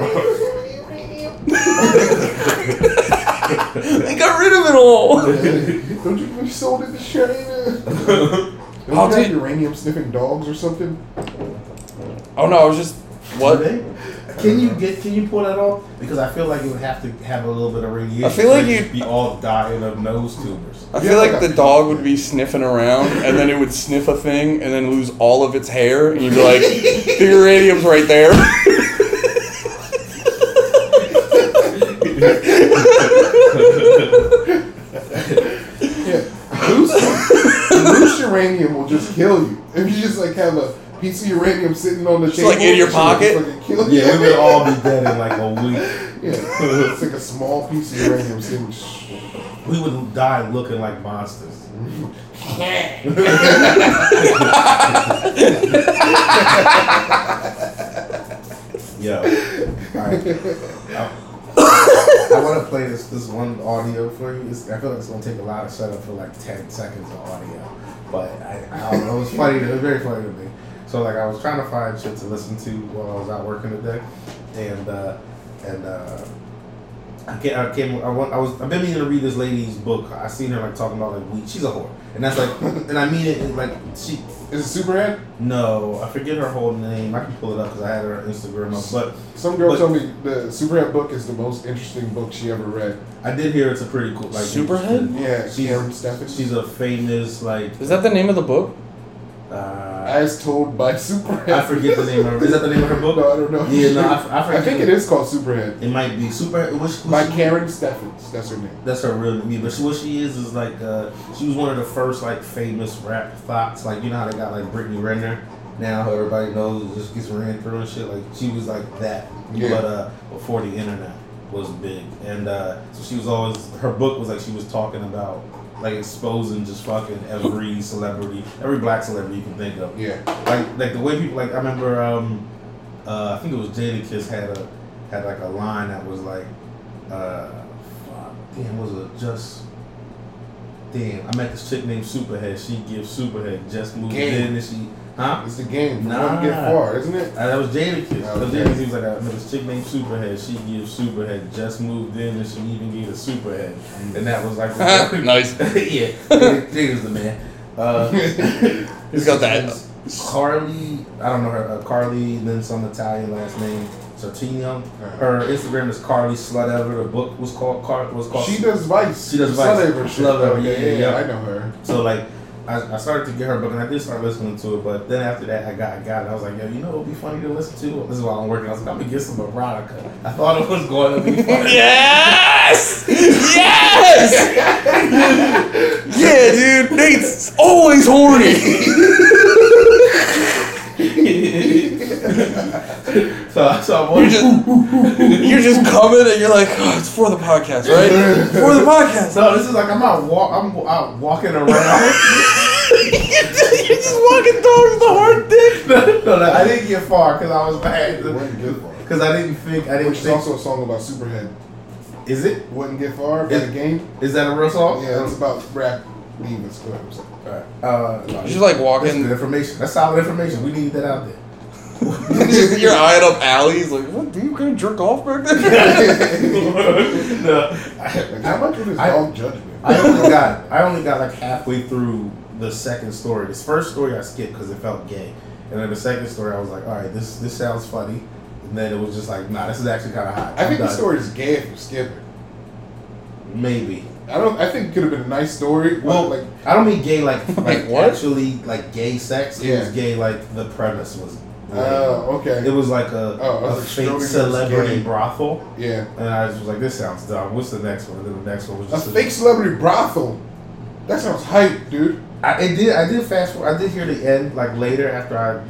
Speaker 4: They got rid of it all.
Speaker 3: Don't you we sold it to China? Don't
Speaker 4: I'll
Speaker 3: you have
Speaker 4: do-
Speaker 3: uranium sniffing dogs or something?
Speaker 4: Oh no, I was just
Speaker 2: Do
Speaker 4: what?
Speaker 2: they? Can you get? Can you pull that off? Because I feel like you would have to have a little bit of radiation.
Speaker 4: I feel like
Speaker 2: or
Speaker 4: you-
Speaker 2: you'd be all dying of nose tumors.
Speaker 4: I feel like the dog would be sniffing around, and then it would sniff a thing, and then lose all of its hair, and you'd be like, "The uranium's right there."
Speaker 3: Yeah. Loose, loose uranium will just kill you. If you just like have a piece of uranium sitting on the
Speaker 4: Just,
Speaker 3: table.
Speaker 4: like, in your
Speaker 3: it'll
Speaker 4: pocket?
Speaker 3: fucking kill you.
Speaker 2: Yeah, we would all be dead in like a week.
Speaker 3: Yeah, it's like a small piece of uranium sitting.
Speaker 2: We would die looking like monsters. Yo, alright. I, want to play this this one audio for you. It's, I feel like it's gonna take a lot of setup for like ten seconds of audio, but I, I don't know. It was funny. It was very funny to me. So like I was trying to find shit to listen to while I was out working today, and uh, and. Uh, I came, I came, I, want, I was, I've been meaning to read this lady's book. I seen her like talking about like weed. She's a whore, and that's like, and I mean it. it's Like she,
Speaker 3: Is it Superhead?
Speaker 2: no, I forget her whole name. I can pull it up because I had her on Instagram up. But
Speaker 3: Some girl
Speaker 2: But-
Speaker 3: told me the Superhead book is the most interesting book she ever read.
Speaker 2: I did hear it's a pretty cool like
Speaker 4: Superhead?
Speaker 3: Yeah,
Speaker 2: She's-
Speaker 3: Karen Stephan.
Speaker 2: She's a famous like.
Speaker 4: Is that the name of the book?
Speaker 2: Uh,
Speaker 3: as told by Superhead.
Speaker 2: I forget the name of her. Is that the name of her book?
Speaker 3: No, I don't know.
Speaker 2: Yeah, no, I- I forget.
Speaker 3: think it is called Superhead
Speaker 2: It might be super. Which, which
Speaker 3: by Karen Steffens. That's her name.
Speaker 2: that's her real name. But she, what she is is like uh, she was one of the first like famous rap thoughts. Like you know how they got like Brittany Renner now, who everybody knows just gets ran through and shit. Like she was like that,
Speaker 3: Yeah.
Speaker 2: but uh, before the internet was big, and uh, so she was always her book was like she was talking about like exposing just fucking every celebrity, every black celebrity you can think of
Speaker 3: Yeah.
Speaker 2: like like the way people like I remember um uh, I think it was Jadakiss had a had like a line that was like uh fuck, damn was it just damn I met this chick named Superhead she gives Superhead just moved
Speaker 3: Game.
Speaker 2: in and she huh
Speaker 3: It's the game. Nah.
Speaker 2: Nah.
Speaker 3: One get far, isn't it?
Speaker 2: uh, that was Jadakiss
Speaker 3: Oh,
Speaker 2: okay.
Speaker 3: okay.
Speaker 2: Jadakiss he was like I met this chick named Superhead she gives Superhead just moved in and she even gave a Superhead and that was like
Speaker 4: nice.
Speaker 2: yeah Jadakiss the man uh,
Speaker 4: He's got that.
Speaker 2: Carly, I don't know her, uh, Carly, then some Italian last name, Sartino.
Speaker 4: Uh-huh.
Speaker 2: Her Instagram is Carly Slutever. The book was called Car was called.
Speaker 3: She does Vice.
Speaker 2: She does
Speaker 3: It's
Speaker 2: Vice.
Speaker 3: not ever shit.
Speaker 2: Love her.
Speaker 3: Okay,
Speaker 2: Yeah,
Speaker 3: yeah,
Speaker 2: yeah.
Speaker 3: I know her.
Speaker 2: so like, I, I started to get her book and I did start listening to it, but then after that I got I got it. I was like, yo, you know what would be funny to listen to? This is why I'm working. I was like, I'm gonna get some erotica. I thought it was going to be funny.
Speaker 4: Yes! Yes! yeah, dude, Nate's always horny.
Speaker 2: so, so I
Speaker 4: You're
Speaker 2: wanted.
Speaker 4: just, you're just coming and you're like, oh, it's for the podcast, right? For the podcast.
Speaker 2: So this is like I'm out walk I'm out walking around.
Speaker 4: you're just walking dogs the hard dick.
Speaker 2: no, no, no, I didn't get far because I was bad.
Speaker 3: Wouldn't get far.
Speaker 2: Because I didn't think I didn't
Speaker 3: Which is
Speaker 2: think.
Speaker 3: also a song about Superhead.
Speaker 2: Is it?
Speaker 3: Wouldn't get far by
Speaker 2: It- Oh.
Speaker 3: the game.
Speaker 2: Is that a real song?
Speaker 3: Yeah, it's about rap demons. Go ahead. I'm sorry.
Speaker 2: Uh, no,
Speaker 4: You're just
Speaker 2: that's
Speaker 4: like
Speaker 2: good
Speaker 4: walking,
Speaker 2: information. That's solid information. We need that out there.
Speaker 4: you're eyeing up alleys, like, what, do you gonna jerk off back there?
Speaker 2: no,
Speaker 3: Like,
Speaker 2: I,
Speaker 3: how much of this
Speaker 2: I-
Speaker 3: dog judgment?
Speaker 2: I only got I only got like halfway through the second story. This first story I skipped because it felt gay, and then the second story I was like, all right, this this sounds funny, and then it was just like, nah, this is actually kind of hot.
Speaker 3: I
Speaker 2: I'm
Speaker 3: think the
Speaker 2: done.
Speaker 3: story is gay if you skip it.
Speaker 2: maybe.
Speaker 3: I don't. I think it could have been a nice story. but,
Speaker 2: Well,
Speaker 3: like
Speaker 2: like I don't mean gay like like
Speaker 4: what?
Speaker 2: actually like gay sex. It was
Speaker 3: Yeah.
Speaker 2: gay like the premise was. lame.
Speaker 3: Oh, okay.
Speaker 2: It was like a,
Speaker 3: Oh, I was
Speaker 2: a
Speaker 3: like,
Speaker 2: fake
Speaker 3: Schrodinger's
Speaker 2: celebrity
Speaker 3: gay.
Speaker 2: brothel.
Speaker 3: yeah.
Speaker 2: And I was like, this sounds dumb. What's the next one? And then the next one was
Speaker 3: A
Speaker 2: just
Speaker 3: fake celebrity brothel. That sounds hype, dude.
Speaker 2: I it did. I did fast forward. I did hear the end like later after I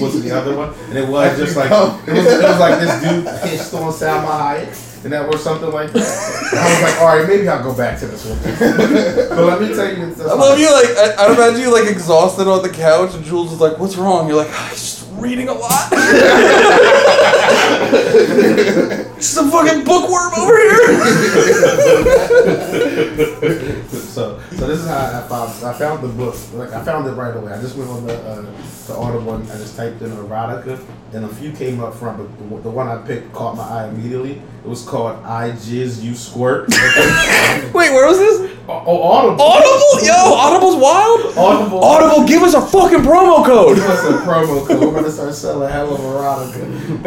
Speaker 2: was the other one, and it was just like it was, it was like this dude pitched on Salma Hayek, and that was something like that. And I was like, all right, maybe I'll go back to this one. but let me tell you, it's-
Speaker 4: I love you. Like I, I imagine you like exhausted on the couch, and Jules is like, "What's wrong?" You're like, "I'm just reading a lot. just a fucking bookworm over here."
Speaker 2: so so this is how I found I found the book. Like I found it right away. I just went on the uh, the Audible and I just typed in erotica, and a few came up front, but the, one- the one I picked caught my eye immediately. It was called "I Jizz You Squirt."
Speaker 4: Wait, where was this?
Speaker 2: oh, Audible.
Speaker 4: Audible, yo, Audible's wild.
Speaker 2: Audible.
Speaker 4: Audible, give us a fucking promo code.
Speaker 2: Give us a promo code. We're gonna start selling hella erotica.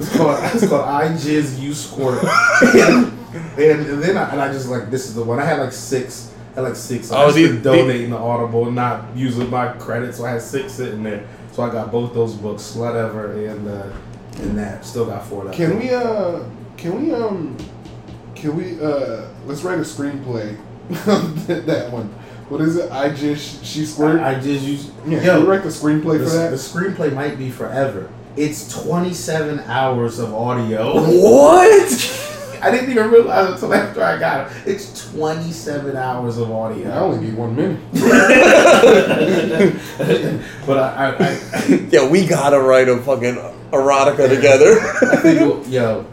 Speaker 2: it's called it's called I Jizz You Squirt. and, and then I, and I just like this is the one. I had like six. I had like six. I
Speaker 1: Oh,
Speaker 2: was
Speaker 1: the-
Speaker 2: donating
Speaker 1: the-
Speaker 2: donating to Audible, not using my credit, so I had six sitting there. So I got both those books, Slut Ever and uh, and that. Still got four left.
Speaker 3: Can we uh can we um can we uh let's write a screenplay of that- that one. What is it? I just she squirted.
Speaker 2: I, I Jizz You.
Speaker 3: yeah,
Speaker 2: Yo,
Speaker 3: can we write the screenplay
Speaker 2: the,
Speaker 3: for that?
Speaker 2: the screenplay might be forever. It's 27 hours of audio.
Speaker 4: What?
Speaker 2: I didn't even realize until after I got it. It's 27 hours of audio.
Speaker 3: I only need one minute.
Speaker 2: but I, I, I,
Speaker 4: Yeah, we gotta write a fucking erotica
Speaker 2: I
Speaker 4: together.
Speaker 2: think we'll- yo,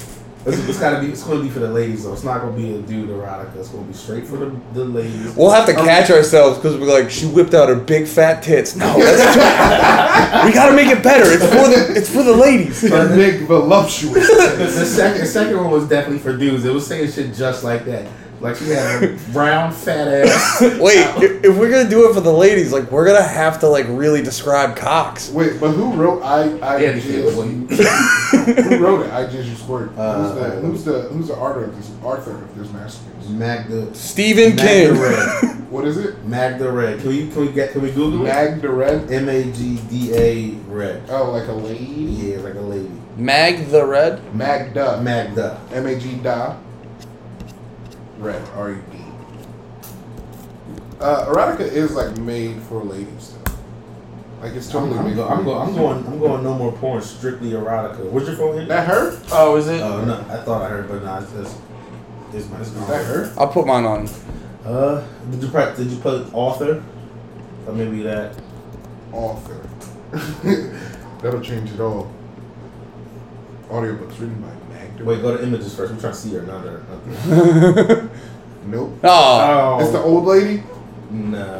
Speaker 2: it's, it's gotta be. It's gonna be for the ladies though. It's not gonna be a dude erotica. It's gonna be straight for the, the ladies.
Speaker 4: We'll have to catch ourselves because we're like, she whipped out her big fat tits. No, that's too- we gotta make it better. It's for the it's for the ladies.
Speaker 3: A big voluptuous.
Speaker 2: The, the second, the second one was definitely for dudes. It was saying shit just like that. Like she had a brown fat ass.
Speaker 4: Wait, if, if we're gonna do it for the ladies, like we're gonna have to like really describe cocks.
Speaker 3: Wait, but who wrote I I
Speaker 2: Yeah, he
Speaker 3: just,
Speaker 2: did.
Speaker 3: Who wrote it? I just you squirt.
Speaker 2: Uh,
Speaker 3: who's the who's the who's the author of this author of this masterpiece?
Speaker 2: Magda.
Speaker 4: Stephen
Speaker 2: Magda
Speaker 4: King.
Speaker 2: Red.
Speaker 3: What is it?
Speaker 2: Magda Red. Can we can we get can we Google it?
Speaker 3: Magda Red?
Speaker 2: M A G D A Red.
Speaker 3: Oh, like a lady?
Speaker 2: Yeah, like a lady.
Speaker 4: Mag the Red.
Speaker 3: Magda.
Speaker 2: Magda.
Speaker 3: M A G da. Red R E D. Uh, erotica is like made for ladies though. Like it's
Speaker 2: I'm,
Speaker 3: totally
Speaker 2: I'm,
Speaker 3: made
Speaker 2: go,
Speaker 3: for
Speaker 2: I'm, go, I'm
Speaker 3: ladies.
Speaker 2: going. I'm going. No more porn. Strictly erotica. What's your phone? Here?
Speaker 3: That her?
Speaker 4: Oh, is it?
Speaker 2: Oh no, I thought I heard, but no, it's it's, it's my. It's gone.
Speaker 3: That her?
Speaker 4: I'll put mine on.
Speaker 2: Uh, did you pre- did you put author? Or maybe that.
Speaker 3: Author. That'll change it all. Audiobooks written by Magda.
Speaker 2: Wait, go to images first. I'm trying to see her, not her.
Speaker 3: Nope.
Speaker 4: Oh,
Speaker 2: Oh,
Speaker 3: It's the old lady.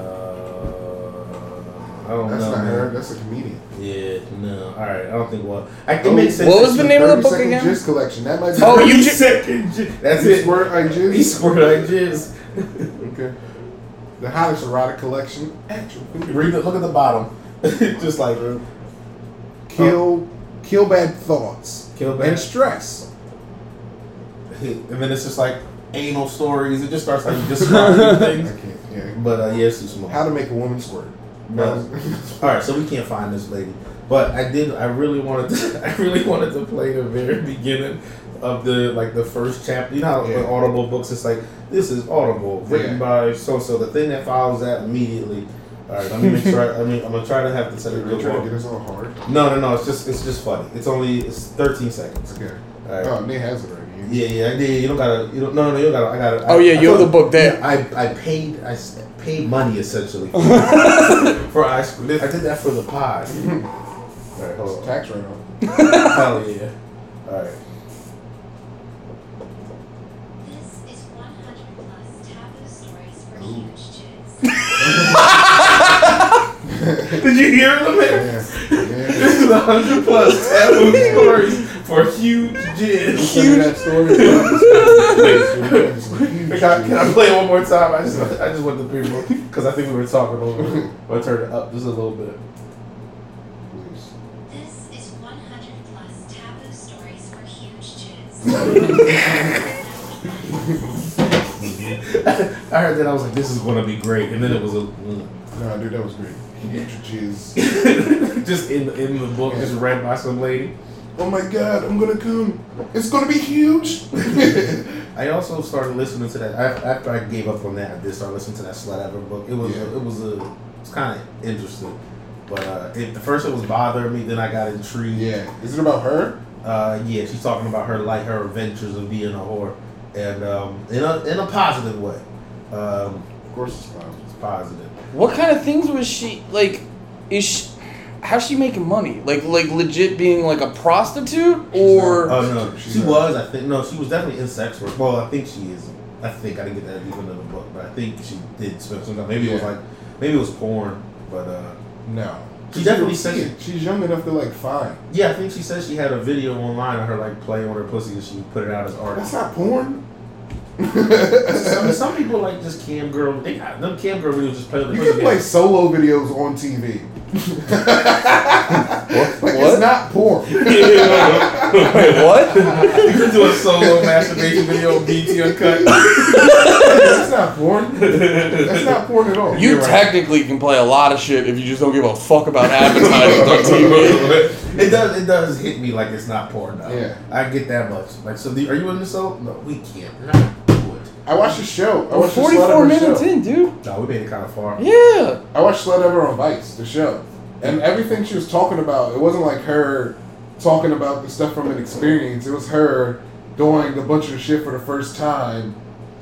Speaker 2: no. I don't
Speaker 3: That's
Speaker 2: know.
Speaker 3: not
Speaker 2: Oh, man.
Speaker 3: her. That's a comedian.
Speaker 2: Yeah, no. All right, I don't think. Well, I
Speaker 3: Oh,
Speaker 2: can make sense.
Speaker 4: what
Speaker 2: that
Speaker 4: was
Speaker 2: she-
Speaker 4: the name of the book
Speaker 3: 30
Speaker 4: again?
Speaker 3: Second Gist collection. That might be.
Speaker 4: Oh, you just
Speaker 2: Second, j- that's
Speaker 3: You
Speaker 2: it.
Speaker 3: squirt, I
Speaker 2: He
Speaker 3: jizz.
Speaker 2: squirt like jizz.
Speaker 3: Okay. The hottest erotic collection. Actual.
Speaker 2: Read it. Look at the bottom. Just like
Speaker 3: Kill, kill bad thoughts
Speaker 2: kill
Speaker 3: and
Speaker 2: bad.
Speaker 3: stress.
Speaker 2: and then it's just like anal stories. It just starts like describing
Speaker 3: I
Speaker 2: things.
Speaker 3: can't. Yeah.
Speaker 2: But uh, yeah, it's too small.
Speaker 3: How to make a woman squirt.
Speaker 2: But- all right, so we can't find this lady. But I did. I really wanted. To, I really wanted to play the very beginning of the like the first chapter. You know, how
Speaker 3: Yeah.
Speaker 2: the Audible books. It's like this is Audible written
Speaker 3: Yeah.
Speaker 2: by so so. The thing that follows that immediately. All right, let me make sure. I, I mean, I'm gonna try to have this at a
Speaker 3: They're
Speaker 2: good
Speaker 3: trying to
Speaker 2: one.
Speaker 3: get us all hard.
Speaker 2: No, no, no. It's just it's just funny. It's only it's 13 seconds.
Speaker 3: Okay.
Speaker 2: All right.
Speaker 3: Oh, Nate has it already.
Speaker 2: Yeah, yeah, yeah. You don't gotta. You don't. No, no, you don't gotta. I gotta.
Speaker 4: Oh,
Speaker 2: I-
Speaker 4: yeah,
Speaker 2: I
Speaker 4: you have
Speaker 2: told-
Speaker 4: the book there.
Speaker 2: Yeah, I, I paid. I s- paid money essentially for I. I did that for the pod. All right,
Speaker 3: It's a
Speaker 2: hold on.
Speaker 3: tax write-off.
Speaker 2: Hell yeah. All right.
Speaker 5: This is 100 plus taboo stories for huge chicks.
Speaker 2: Did you hear him? man?
Speaker 3: Yeah.
Speaker 2: This
Speaker 3: yeah.
Speaker 2: is 100 plus taboo stories for huge jizz.
Speaker 3: Tell me that story.
Speaker 2: Can I, can I play it one more time? I just I just want the people because I think we were talking over. it. I'll turn it up just a little bit.
Speaker 5: This is 100 plus taboo stories for huge chicks.
Speaker 2: I heard that I was like, this is gonna be great, and then it was a.
Speaker 3: No, dude, that was great. Jeez.
Speaker 2: just in in the book, just read by some lady.
Speaker 3: Oh my god, I'm gonna come. It's gonna be huge.
Speaker 2: I also started listening to that I- after I gave up on that. I did start listening to that Slut Ever book. It was
Speaker 3: Yeah.
Speaker 2: a, it was a It's kind of interesting. But uh, it, at first it was bothering me, then I got intrigued.
Speaker 3: Yeah. Is it about her?
Speaker 2: Uh, yeah, she's talking about her like her adventures of being a whore, and um, in a in a positive way. Um,
Speaker 3: Of course it's about.
Speaker 2: it's positive.
Speaker 4: What kind of things was she like? Is she, how's she making money? Like like legit being like a prostitute or
Speaker 2: Oh no,
Speaker 3: She's
Speaker 2: she
Speaker 3: not-
Speaker 2: was. I think no, she was definitely in sex work. Well, I think she is. I think I didn't get that deep into the book, but I think she did spend some time. Maybe it was
Speaker 3: Yeah.
Speaker 2: like maybe it was porn, but uh,
Speaker 3: No.
Speaker 2: She definitely
Speaker 3: She's a
Speaker 2: said
Speaker 3: kid. She's young enough to like fine.
Speaker 2: yeah, I think she said she had a video online of her like playing with her pussy and she put it out as art.
Speaker 3: That's not porn.
Speaker 2: some,
Speaker 3: you
Speaker 2: some people like just cam girl. They got them cam girl videos just play with the
Speaker 3: can
Speaker 2: pussy.
Speaker 3: play solo videos on TV.
Speaker 4: what?
Speaker 3: Like
Speaker 4: what?
Speaker 3: it's not porn.
Speaker 4: Wait, what?
Speaker 2: you can do a solo masturbation video, BT uncut.
Speaker 3: That's not porn. That's not porn at all.
Speaker 4: You
Speaker 3: You're right.
Speaker 4: technically can play a lot of shit if you just don't give a fuck about advertising on TV.
Speaker 2: it does. It does hit me like it's not porn. Though.
Speaker 3: Yeah.
Speaker 2: I get that much. Like, so the, are you in the soap? No, we can't. Not do it.
Speaker 3: I watched a show. I
Speaker 4: We're
Speaker 3: watched a Slut
Speaker 4: 44
Speaker 3: Ever
Speaker 4: Oh, minutes
Speaker 3: show.
Speaker 4: in, dude.
Speaker 2: No, we made it kind of far.
Speaker 4: Yeah.
Speaker 3: I watched Slut Ever on Vice, the show, and everything she was talking about, it wasn't like her talking about the stuff from an experience. It was her doing a bunch of shit for the first time,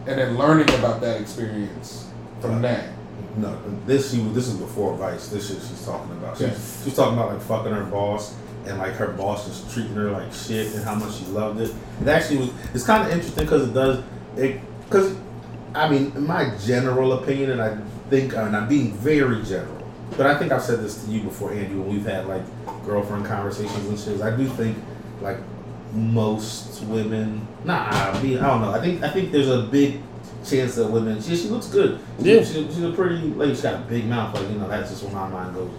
Speaker 3: and then learning about that experience from that.
Speaker 2: No, this she was- this is before Vice. This shit she's talking about. She's,
Speaker 3: Yeah.
Speaker 2: she's talking about like fucking her boss and like her boss just treating her like shit and how much she loved it. It actually was. It's kind of interesting because it does it because I mean in my general opinion and I think and I'm being very general, but I think I've said this to you before, Andy, when we've had like girlfriend conversations and shit. is I do think like most women. Nah, I mean I don't know. I think I think there's a big chance that women. She, she looks good. She,
Speaker 4: Yeah.
Speaker 2: she, she's a pretty like she's got a big mouth. Like you know that's just where my mind goes.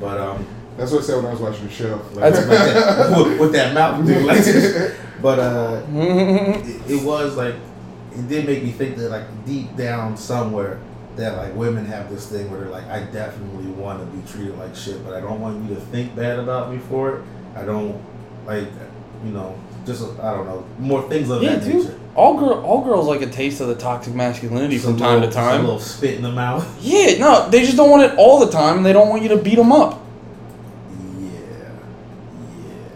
Speaker 2: But um,
Speaker 3: That's what I said when I was watching the show.
Speaker 2: like, with, that, with, with that mouth, dude, like, but uh, it, it was like it did make me think that like deep down somewhere that like women have this thing where they're like I definitely want to be treated like shit, but I don't want you to think bad about me for it. I don't like you know just I don't know more things of
Speaker 4: Yeah,
Speaker 2: that
Speaker 4: dude.
Speaker 2: nature.
Speaker 4: All girl, all girls like a taste of the toxic masculinity
Speaker 2: Some
Speaker 4: from time
Speaker 2: little-
Speaker 4: to
Speaker 2: some
Speaker 4: time.
Speaker 2: little spit in the mouth.
Speaker 4: Yeah, no, they just don't want it all the time. They don't want you to beat them up.
Speaker 2: Yeah,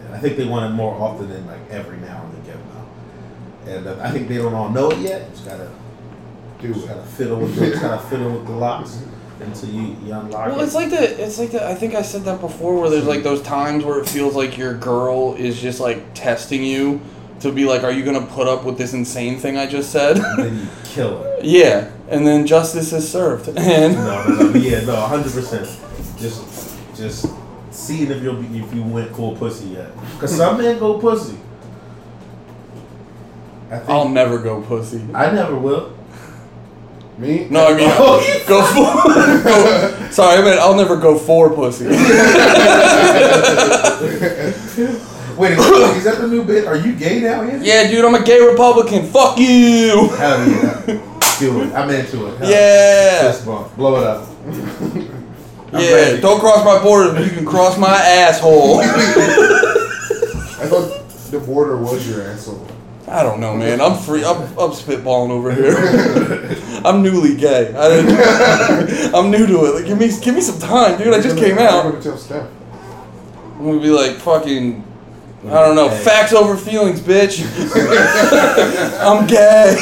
Speaker 2: yeah. I think they want it more often than like every now and again now. And uh, I think they don't all know it yet. Just gotta
Speaker 3: Do
Speaker 2: Just
Speaker 3: it.
Speaker 2: gotta fiddle with the, just gotta fiddle with the locks until you, you unlock
Speaker 4: Well,
Speaker 2: it.
Speaker 4: it's like the, it's like the. I think I said that before, where there's like those times where it feels like your girl is just like testing you to be like, are you gonna put up with this insane thing I just said?
Speaker 2: and then you kill it.
Speaker 4: yeah, and then justice is served. And
Speaker 2: No, no, no. Yeah, no, hundred percent. Just, just seeing if you will if you went full pussy yet. Cause some men go pussy. I think
Speaker 4: I'll never go pussy.
Speaker 2: I never will.
Speaker 3: Me?
Speaker 4: No, I mean
Speaker 2: Oh.
Speaker 4: go for. Go, sorry, I meant I'll never go for pussy.
Speaker 2: Wait, is that the new bit? Are you gay now? Andy?
Speaker 4: yeah, dude, I'm a gay Republican. Fuck you.
Speaker 2: Hell yeah. Do it. I'm into it. Hell
Speaker 4: Yeah.
Speaker 2: Fist bump. Blow it up. I'm
Speaker 4: Yeah,
Speaker 2: ready.
Speaker 4: don't cross my border, but you can cross my asshole.
Speaker 3: I thought the border was your asshole.
Speaker 4: I don't know, man. I'm free. I'm, I'm spitballing over here. I'm newly gay. I didn't, I'm new to it. Like, give me give me some time, dude. I just came
Speaker 3: I'm
Speaker 4: out.
Speaker 3: gonna tell Steph.
Speaker 4: I'm gonna be like fucking. I don't know. Facts over feelings, bitch. I'm gay.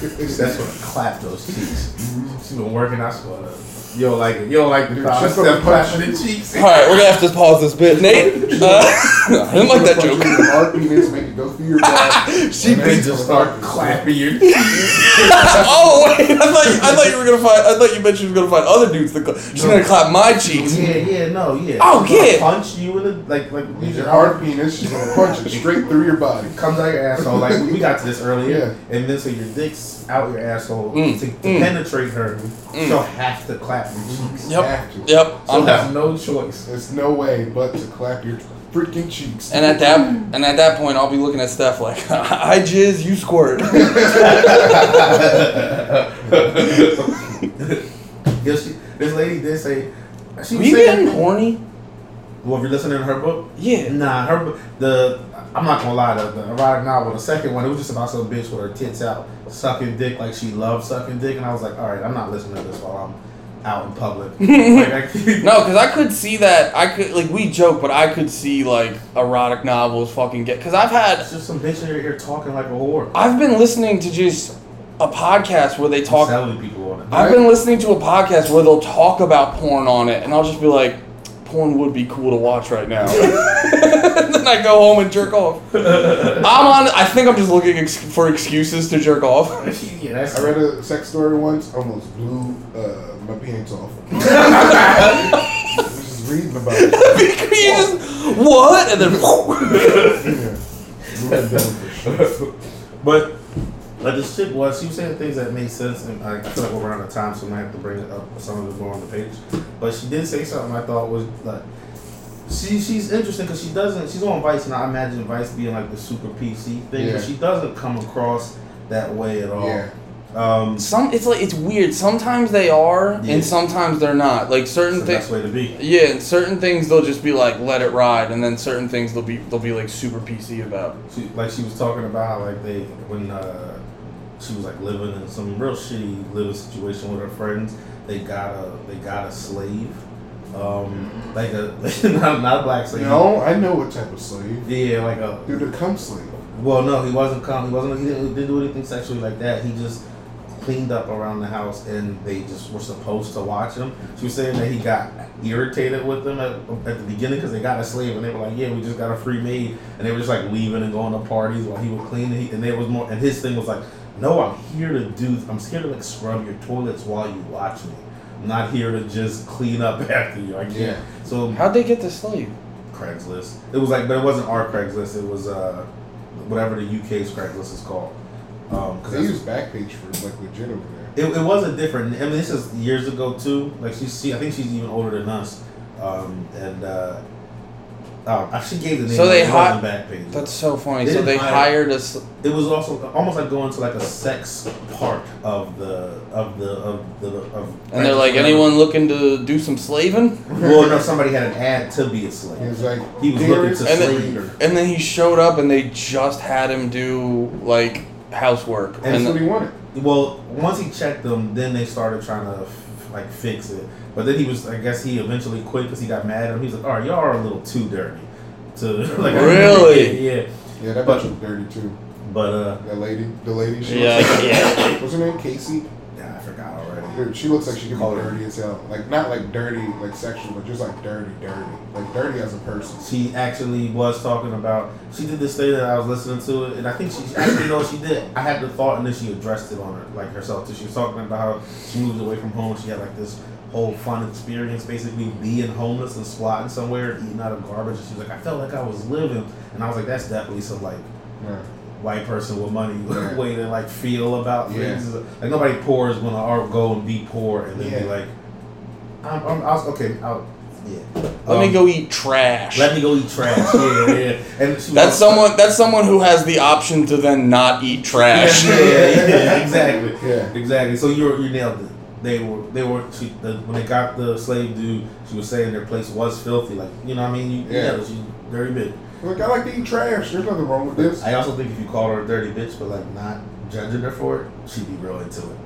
Speaker 2: That's what clap those cheeks. She's been working out for us. You don't like it. You don't like the
Speaker 3: Dude,
Speaker 2: thought of
Speaker 3: she's gonna
Speaker 2: Steph
Speaker 3: punch
Speaker 2: clapping
Speaker 3: you.
Speaker 2: the cheeks.
Speaker 4: All right, we're gonna have to pause this bit, Nate. Uh, I didn't like that joke.
Speaker 3: Hard penis, make it go through your back.
Speaker 4: She
Speaker 3: and then
Speaker 2: They just start clapping your cheeks.
Speaker 4: Oh wait, I thought you, I thought you were gonna find. I thought you meant she was gonna find other dudes. That cla- she's gonna clap my cheeks.
Speaker 2: Yeah, yeah, no, yeah.
Speaker 4: Oh,
Speaker 2: She's gonna
Speaker 4: yeah.
Speaker 2: Punch you in the like, like
Speaker 3: Use your hard penis. She's gonna punch it straight through your body.
Speaker 2: comes out your asshole. Like we got to this earlier,
Speaker 3: Yeah.
Speaker 2: and then so your dick's out your asshole
Speaker 4: Mm,
Speaker 2: to, to
Speaker 4: mm.
Speaker 2: penetrate her. She'll have to clap your cheeks.
Speaker 4: Yep.
Speaker 3: Have to.
Speaker 4: Yep,
Speaker 2: She'll
Speaker 4: I'm down.
Speaker 2: have no choice.
Speaker 3: There's no way but to clap your freaking cheeks.
Speaker 4: And at that and at that point, I'll be looking at Steph like, I jizz, you squirt.
Speaker 2: Yeah, she, this lady did say. She
Speaker 4: you
Speaker 2: saying-
Speaker 4: getting horny?
Speaker 2: Well, if you're listening to her book,
Speaker 4: Yeah.
Speaker 2: Nah, her bu- the I'm not gonna lie, the, the erotic novel, the second one, it was just about some bitch with her tits out, sucking dick like she loves sucking dick, and I was like, all right, I'm not listening to this while I'm out in public. Like, I-
Speaker 4: No, because I could see that. I could like we joke, but I could see like erotic novels fucking get. Because I've
Speaker 2: It's
Speaker 4: had,
Speaker 2: just some bitch in your ear talking like a whore.
Speaker 4: I've been listening to just a podcast where they talk.
Speaker 2: Selling people on it.
Speaker 4: I've been listening to a podcast where they'll talk about porn on it, and I'll just be like, porn would be cool to watch right now. then I go home and jerk off. I'm on. I think I'm just looking ex- for excuses to jerk off.
Speaker 2: yeah, that's
Speaker 3: I read a sex story once, almost blew uh, my pants off. Just reading about it.
Speaker 4: you just, what? And then.
Speaker 2: but like this chick was, she was saying things that made sense, and I, I feel like we're out of time, so I'm gonna have to bring it up. Some of it more on the page, but she did say something I thought was like. She, she's interesting because she doesn't. She's on Vice, and I imagine Vice being like the super PC thing.
Speaker 3: Yeah.
Speaker 2: But she doesn't come across that way at all.
Speaker 3: Yeah.
Speaker 2: Um,
Speaker 4: Some it's like it's weird. Sometimes they are,
Speaker 2: Yeah.
Speaker 4: and sometimes they're not. Like certain
Speaker 2: it's the
Speaker 4: things.
Speaker 2: best way to be.
Speaker 4: Yeah, and certain things they'll just be like, let it ride, and then certain things they'll be they'll be like super PC about.
Speaker 2: She, like she was talking about how like they when uh, she was like living in some real shitty living situation with her friends. They got a they got a slave, um, like a not, not a black slave.
Speaker 3: No, I know what type of slave.
Speaker 2: Yeah, like a
Speaker 3: Dude, a cum slave.
Speaker 2: well, no, he wasn't come. He wasn't. He didn't, he didn't do anything sexually like that. He just cleaned up around the house, and they just were supposed to watch him. She was saying that he got irritated with them at, at the beginning because they got a slave, and they were like, "Yeah, we just got a free maid," and they were just like leaving and going to parties while he was cleaning. He, and there was more. And his thing was like, "No, I'm here to do. I'm scared to like scrub your toilets while you watch me. I'm not here to just clean up after you. I can't."
Speaker 3: Yeah.
Speaker 2: So
Speaker 4: How'd they get the slave?
Speaker 2: Craigslist. It was like, but it wasn't our Craigslist. It was uh, whatever the UK's Craigslist is called. Um, 'cause
Speaker 3: They
Speaker 2: that's-
Speaker 3: use Backpage for like legit over there.
Speaker 2: it, it was a different. I mean, this is years ago too. Like she's, she, I think she's even older than us. Um, and uh, oh, she gave the name.
Speaker 4: So they
Speaker 2: it
Speaker 4: hi-
Speaker 2: wasn't Backpage.
Speaker 4: That's so funny.
Speaker 2: They
Speaker 4: so
Speaker 2: didn't
Speaker 4: they
Speaker 2: hire-
Speaker 4: hired us.
Speaker 2: it was also almost like going to like a sex part of the of the of the of.
Speaker 4: And they're like, anyone looking to do some slaving?
Speaker 2: Well, no, somebody had an ad to be a slave.
Speaker 3: He was like,
Speaker 2: He was looking
Speaker 3: "Dearest
Speaker 2: to
Speaker 4: And
Speaker 2: slave
Speaker 3: reader."
Speaker 2: her.
Speaker 4: And then he showed up and they just had him do, like, housework.
Speaker 2: And
Speaker 3: That's
Speaker 4: And,
Speaker 3: what he wanted.
Speaker 2: Well, once he checked them, then they started trying to like fix it. But then he was, I guess, he eventually quit because he got mad at him. He was like, "All right, y'all are a little too dirty." To like,
Speaker 4: Really?
Speaker 2: yeah, yeah.
Speaker 3: Yeah, that bitch was dirty too.
Speaker 2: But uh,
Speaker 3: That lady, the lady, she
Speaker 4: yeah,
Speaker 3: looks like,
Speaker 4: yeah.
Speaker 3: what's her name? Casey?
Speaker 2: yeah, I forgot already.
Speaker 3: Dude, she looks like she could be
Speaker 2: Call her.
Speaker 3: dirty as hell. Like, not like dirty, like sexual, but just like dirty, dirty. Like, dirty as a person.
Speaker 2: She actually was talking about. She did this thing that I was listening to, and I think she actually know what she did. I had the thought, and then she addressed it on her like herself. too. she was talking about how she moved away from home. She had like this whole fun experience, basically being homeless and squatting somewhere, eating out of garbage. And she was like, I felt like I was living, and I was like, that's definitely some like
Speaker 3: Yeah.
Speaker 2: white person with money
Speaker 3: Right.
Speaker 2: way to like feel about
Speaker 3: Yeah.
Speaker 2: things. Like nobody poor is gonna ar- go and be poor and then be
Speaker 3: Yeah.
Speaker 2: like, I'm, I'm I was, okay, I'll, yeah.
Speaker 4: Let
Speaker 2: Um,
Speaker 4: me go eat trash.
Speaker 2: Let me go eat trash. yeah, yeah. And she
Speaker 4: That's
Speaker 2: was,
Speaker 4: someone. That's someone who has the option to then not eat trash.
Speaker 2: Yeah, yeah, yeah, exactly.
Speaker 3: Yeah.
Speaker 2: Exactly. So you you nailed it. They were they were she, the, when they got the slave dude. She was saying their place was filthy. Like you know what I mean. You, you
Speaker 3: Yeah.
Speaker 2: nailed it. She very big.
Speaker 3: Like, I like to eat trash. There's nothing wrong with this.
Speaker 2: I also think if you call her a dirty bitch, but like not judging her for it, she'd be real into it.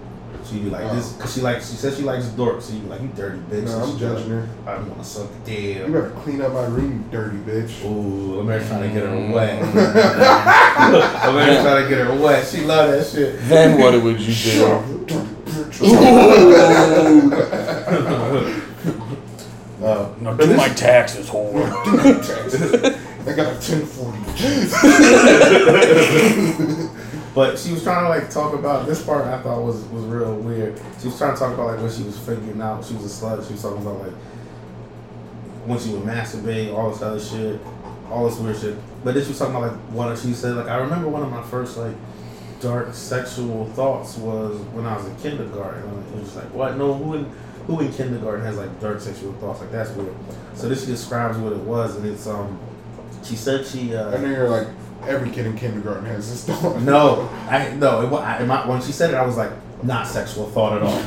Speaker 2: She'd be like
Speaker 3: Oh.
Speaker 2: this. Cause she likes. She says she likes dorks. So you'd be like, you dirty bitch.
Speaker 3: No,
Speaker 2: And
Speaker 3: I'm
Speaker 2: she'd be like,
Speaker 3: judging her.
Speaker 2: I want to suck a
Speaker 3: You
Speaker 2: damn.
Speaker 3: better clean up my room, you dirty bitch.
Speaker 2: Ooh, I'm trying to get her wet. I'm trying to get her wet. She love that shit.
Speaker 4: then what would you do?
Speaker 2: Uh,
Speaker 4: Now do my taxes, whore.
Speaker 3: I got a 1040.
Speaker 2: But she was trying to like talk about this part. I thought was was real weird. She was trying to talk about like when she was figuring out she was a slut. She was talking about like when she would masturbate, all this other shit, all this weird shit. But then she was talking about like one. of- She said like I remember one of my first like dark sexual thoughts was when I was in kindergarten. And It was just like what? No, who in who in kindergarten has like dark sexual thoughts? Like that's weird. So this describes what it was, and it's um. She said she. Uh,
Speaker 3: I know you're like, every kid in kindergarten has this thought.
Speaker 2: no, I no. It, wa- I, in my, when she said it, I was like, not sexual thought at all.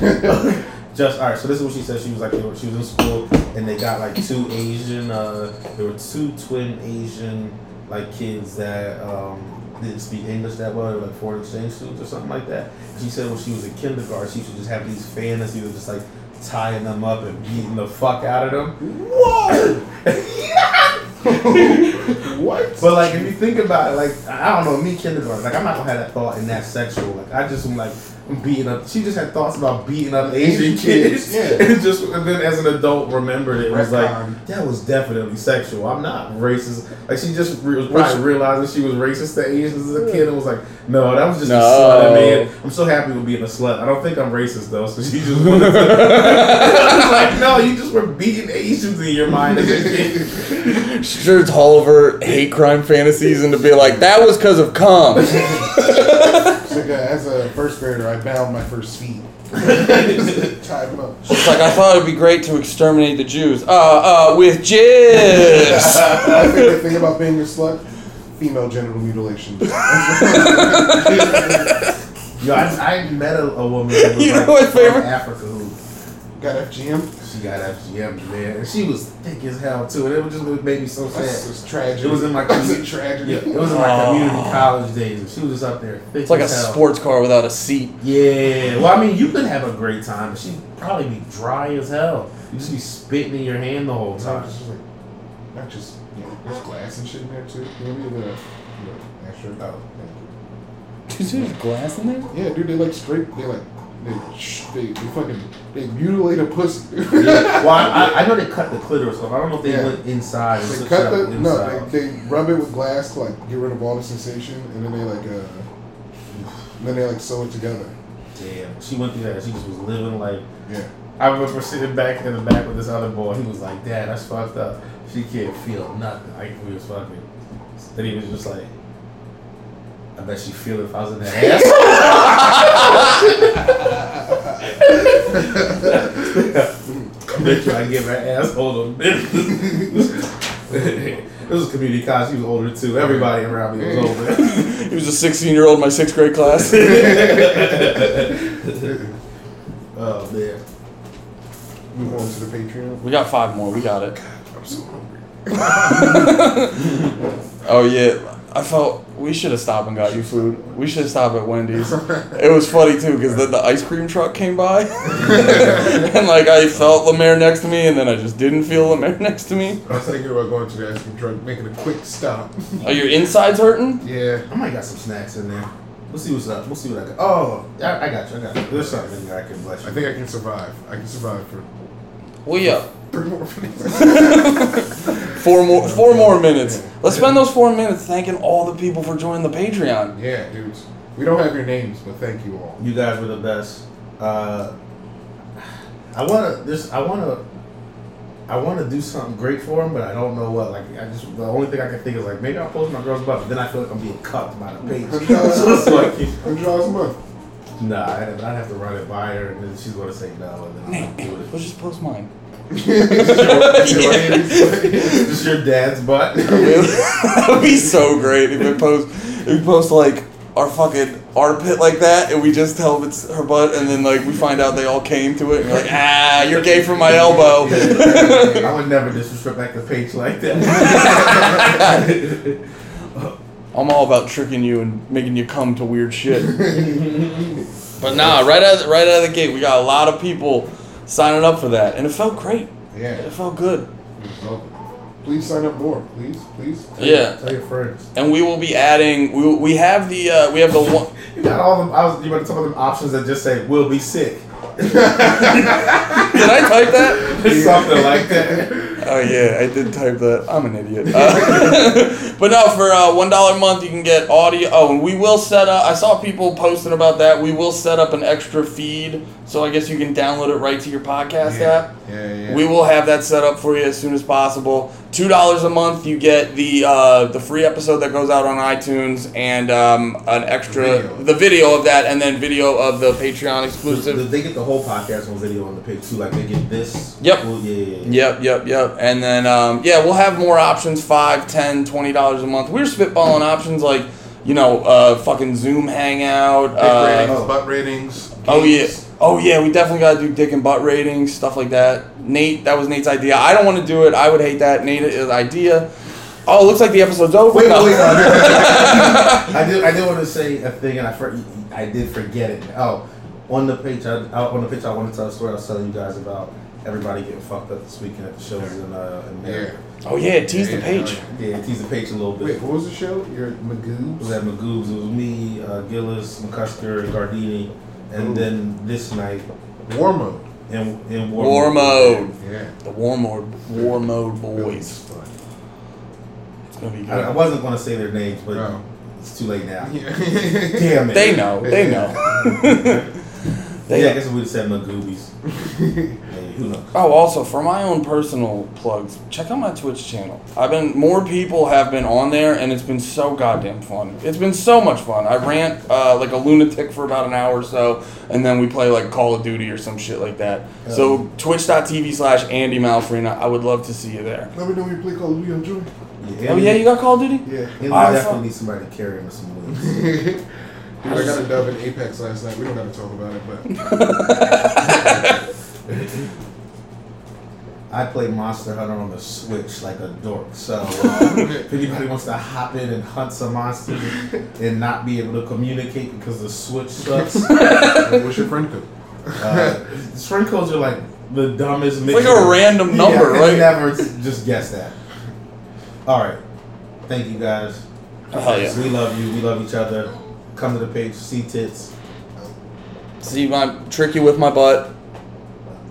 Speaker 2: Just all right. So this is what she said. She was like, they were- she was in school and they got like two Asian. Uh, there were two twin Asian like kids that um, didn't speak English that well. They were like foreign exchange students or something like that. She said when she was in kindergarten, she used to just have these fantasies of just like tying them up and beating the fuck out of them.
Speaker 3: What?
Speaker 2: But like, if you think about it, like I I don't know, me kindergarten, like I'm not gonna have that thought in that sexual. Like I just am like I'm beating up. She just had thoughts about beating up Asian
Speaker 3: Asian kids,
Speaker 2: kids,
Speaker 3: yeah.
Speaker 2: and just and then as an adult remembered it, it was
Speaker 3: Retcon.
Speaker 2: like that was definitely sexual. I'm not racist. Like she just re- was probably realizing she was racist to Asians as a kid, and was like, no, that was just a
Speaker 4: No.
Speaker 2: slut. I mean, I'm so happy with being a slut. I don't think I'm racist though. So she just wanted to. I was like, no, you just were beating Asians in your mind as a kid.
Speaker 4: Sure, all over hate crime fantasies and to be like, that was because of cum.
Speaker 3: It's like a, as a first grader, I bound my first feet. Tied them up.
Speaker 4: It's like I thought it'd be great to exterminate the Jews. Uh, uh, with jizz.
Speaker 3: My favorite thing about being a slut: female genital mutilation.
Speaker 2: Yo, I, I met a, a woman. Who was
Speaker 4: You know
Speaker 2: like,
Speaker 4: what,
Speaker 2: from
Speaker 4: favorite?
Speaker 2: Africa who
Speaker 3: Got FGM.
Speaker 2: she got FGM man, and she was thick as hell too, and it was just it made me so
Speaker 3: This
Speaker 2: sad.
Speaker 3: is tragic.
Speaker 2: It was in my
Speaker 3: That's a
Speaker 2: commu-
Speaker 3: tragedy.
Speaker 2: Yeah, it was in my community college days, and she was just up there. Thick
Speaker 4: It's like a
Speaker 2: as hell.
Speaker 4: sports car without a seat.
Speaker 2: Yeah, well, I mean, you could have a great time, but she'd probably be dry as hell. You just be spitting in your hand the whole
Speaker 3: So I'm
Speaker 2: time.
Speaker 3: just like, not just, you know, there's glass and shit in there too. Maybe the, the extra. Oh, thank
Speaker 4: Is there glass in there?
Speaker 3: you. Yeah, dude, they like straight. They like they sh- they, they fucking they mutilate a pussy.
Speaker 2: Yeah. Well, I, I, I know they cut the clitoris off. I don't know if they
Speaker 3: Yeah.
Speaker 2: went inside. and
Speaker 3: they
Speaker 2: took
Speaker 3: cut
Speaker 2: it out
Speaker 3: the no.
Speaker 2: inside.
Speaker 3: They, they rub it with glass to like get rid of all the sensation, and then they like uh, and then they like sew it together.
Speaker 2: Damn, she went through that. She just was living like
Speaker 3: Yeah.
Speaker 2: I remember sitting back in the back with this other boy. He was like, "Dad, that's fucked up. She can't feel nothing." Like we was fucking. Then he was just like, "I bet she feel if I was in that ass." I bet you I give her asshole a bit. It was a community college. She was older too. Everybody around me was older.
Speaker 4: He was a 16 year old in my sixth grade class.
Speaker 2: oh man.
Speaker 3: Move on to the Patreon.
Speaker 4: we got five more. We got it.
Speaker 3: I'm so hungry.
Speaker 4: Oh yeah, I felt we should have stopped and got you food. We should have stopped at Wendy's. It was funny too because then the ice cream truck came by, and like I felt Lemaire next to me, and then I just didn't feel Lemaire next to me.
Speaker 3: I was thinking about going to the ice cream truck, making a quick stop.
Speaker 4: Are your insides hurting?
Speaker 3: yeah.
Speaker 2: I might got some snacks in there. We'll see what's up. We'll see what I got. Oh, I, I got you. I got you. There's something in there I can bless you.
Speaker 3: I think I can survive. I can survive for
Speaker 4: We up.
Speaker 3: three more minutes.
Speaker 4: Four more, four more minutes. Let's spend those four minutes thanking all the people for joining the Patreon.
Speaker 3: Yeah, dudes. We don't have your names, but thank you all.
Speaker 2: you guys were the best. Uh, I wanna. This. I wanna. I want to do something great for them, but I don't know what. Like, I just the only thing I can think is like maybe I'll post my girl's butt, but then I feel like I'm being cucked by the page. so it's like,
Speaker 3: Hundred dollars a month.
Speaker 2: nah, I'd, I'd have to run it by her, and then she's gonna say no, and then I'll
Speaker 4: Nick,
Speaker 2: do
Speaker 4: let's
Speaker 2: it.
Speaker 4: just post mine.
Speaker 2: Just your dad's butt.
Speaker 4: that would be so great if we post if we post like our fucking armpit like that and we just tell it's her butt and then like we find out they all came to it and we're like ah you're gay from my elbow
Speaker 2: I would never disrespect the page like that.
Speaker 4: I'm all about tricking you and making you come to weird shit but nah right out right out of the gate we got a lot of people signing up for that and it felt great it
Speaker 3: Yeah.
Speaker 4: felt good
Speaker 3: Please sign up more, please, please.
Speaker 4: yeah
Speaker 2: Tell your friends.
Speaker 4: and we will be adding we, we have the uh, we have the one
Speaker 2: You got all them. I was. You went to some of them options that just say "will be sick,"
Speaker 4: did I type that
Speaker 2: something like that.
Speaker 4: Oh yeah, I did type that. I'm an idiot. Uh, but no, for uh, one dollar a month, you can get audio. Oh, and we will set up. I saw people posting about that. We will set up an extra feed, so I guess you can download it right to your podcast app.
Speaker 3: Yeah, yeah.
Speaker 4: We will have that set up for you as soon as possible. Two dollars a month, you get the uh, the free episode that goes out on iTunes and um, an extra
Speaker 2: Video.
Speaker 4: the video of that, and then video of the Patreon exclusive.
Speaker 2: They get the whole podcast on video on the page too. Like they get this.
Speaker 4: Yep.
Speaker 2: Well, yeah, yeah, yeah.
Speaker 4: Yep, yep, yep. And then, um, yeah, we'll have more options $5, 10 $20 a month. We're spitballing options like, you know, uh, fucking Zoom Hangout.
Speaker 3: Dick ratings,
Speaker 4: Uh,
Speaker 3: butt ratings.
Speaker 4: oh, yeah.
Speaker 3: games.
Speaker 4: Oh, yeah, we definitely got to do dick and butt ratings, stuff like that. Nate, that was Nate's idea. I don't want to do it. I would hate that. Nate's idea. Oh, it looks like the episode's over.
Speaker 2: Wait,
Speaker 4: No.
Speaker 2: wait, uh, wait. I did. I did want to say a thing, and I for, I did forget it. Oh, on the page, I, I- on the page, I wanted to tell a story I was telling you guys about everybody getting fucked up this weekend at the shows in uh, in
Speaker 3: Yeah.
Speaker 2: Maryland.
Speaker 1: Oh yeah, tease the
Speaker 3: Yeah,
Speaker 1: page.
Speaker 3: yeah.
Speaker 2: Yeah, tease the page a little bit.
Speaker 3: Wait, what was the show? Your
Speaker 2: It was at
Speaker 3: Magoobs?
Speaker 2: Magoob's. It was me, uh, Gillis, McCusker, Gardini, and
Speaker 3: Ooh.
Speaker 2: then this night
Speaker 3: War mode.
Speaker 2: in in War,
Speaker 4: War mode.
Speaker 3: Yeah.
Speaker 4: The war mode, war mode boys.
Speaker 3: fun.
Speaker 4: It's gonna be
Speaker 2: I, I
Speaker 4: good.
Speaker 2: wasn't going to say their names, but
Speaker 3: No.
Speaker 2: it's too late now.
Speaker 3: Oh. Yeah.
Speaker 2: Damn it!
Speaker 4: They know. They know. they
Speaker 2: yeah, I
Speaker 4: know.
Speaker 2: guess we would said Magoobies. hey, who knows?
Speaker 4: Oh, also for my own personal plugs, check out my Twitch channel. I've been more people have been on there, and it's been so goddamn fun. It's been so much fun. I rant uh, like a lunatic for about an hour or so, and then we play like Call of Duty or some shit like that. So Twitch.tv/slash Andy Malfrina. I would love to see you there.
Speaker 3: Let me know when you play Call of Duty on Joy.
Speaker 2: Yeah,
Speaker 4: Oh yeah, you got Call of Duty.
Speaker 3: Yeah.
Speaker 2: He
Speaker 4: I
Speaker 2: definitely
Speaker 4: fu-
Speaker 2: need somebody to carry him with some wings.
Speaker 3: Dude, I got a dub in Apex last night. We don't gotta talk about it, but
Speaker 2: I play Monster Hunter on the Switch like a dork. So uh, if anybody wants to hop in and hunt some monsters and not be able to communicate because the Switch sucks,
Speaker 3: what's your friend code?
Speaker 2: uh, string codes are like the dumbest.
Speaker 4: It's like a random number,
Speaker 2: I
Speaker 4: right?
Speaker 2: Never just guess that. All right, thank you guys.
Speaker 4: Oh, hell yeah.
Speaker 2: We love you. We love each other. Come to the page. See tits.
Speaker 4: See my trick you with my butt.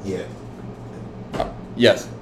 Speaker 2: Yeah.
Speaker 4: Yes.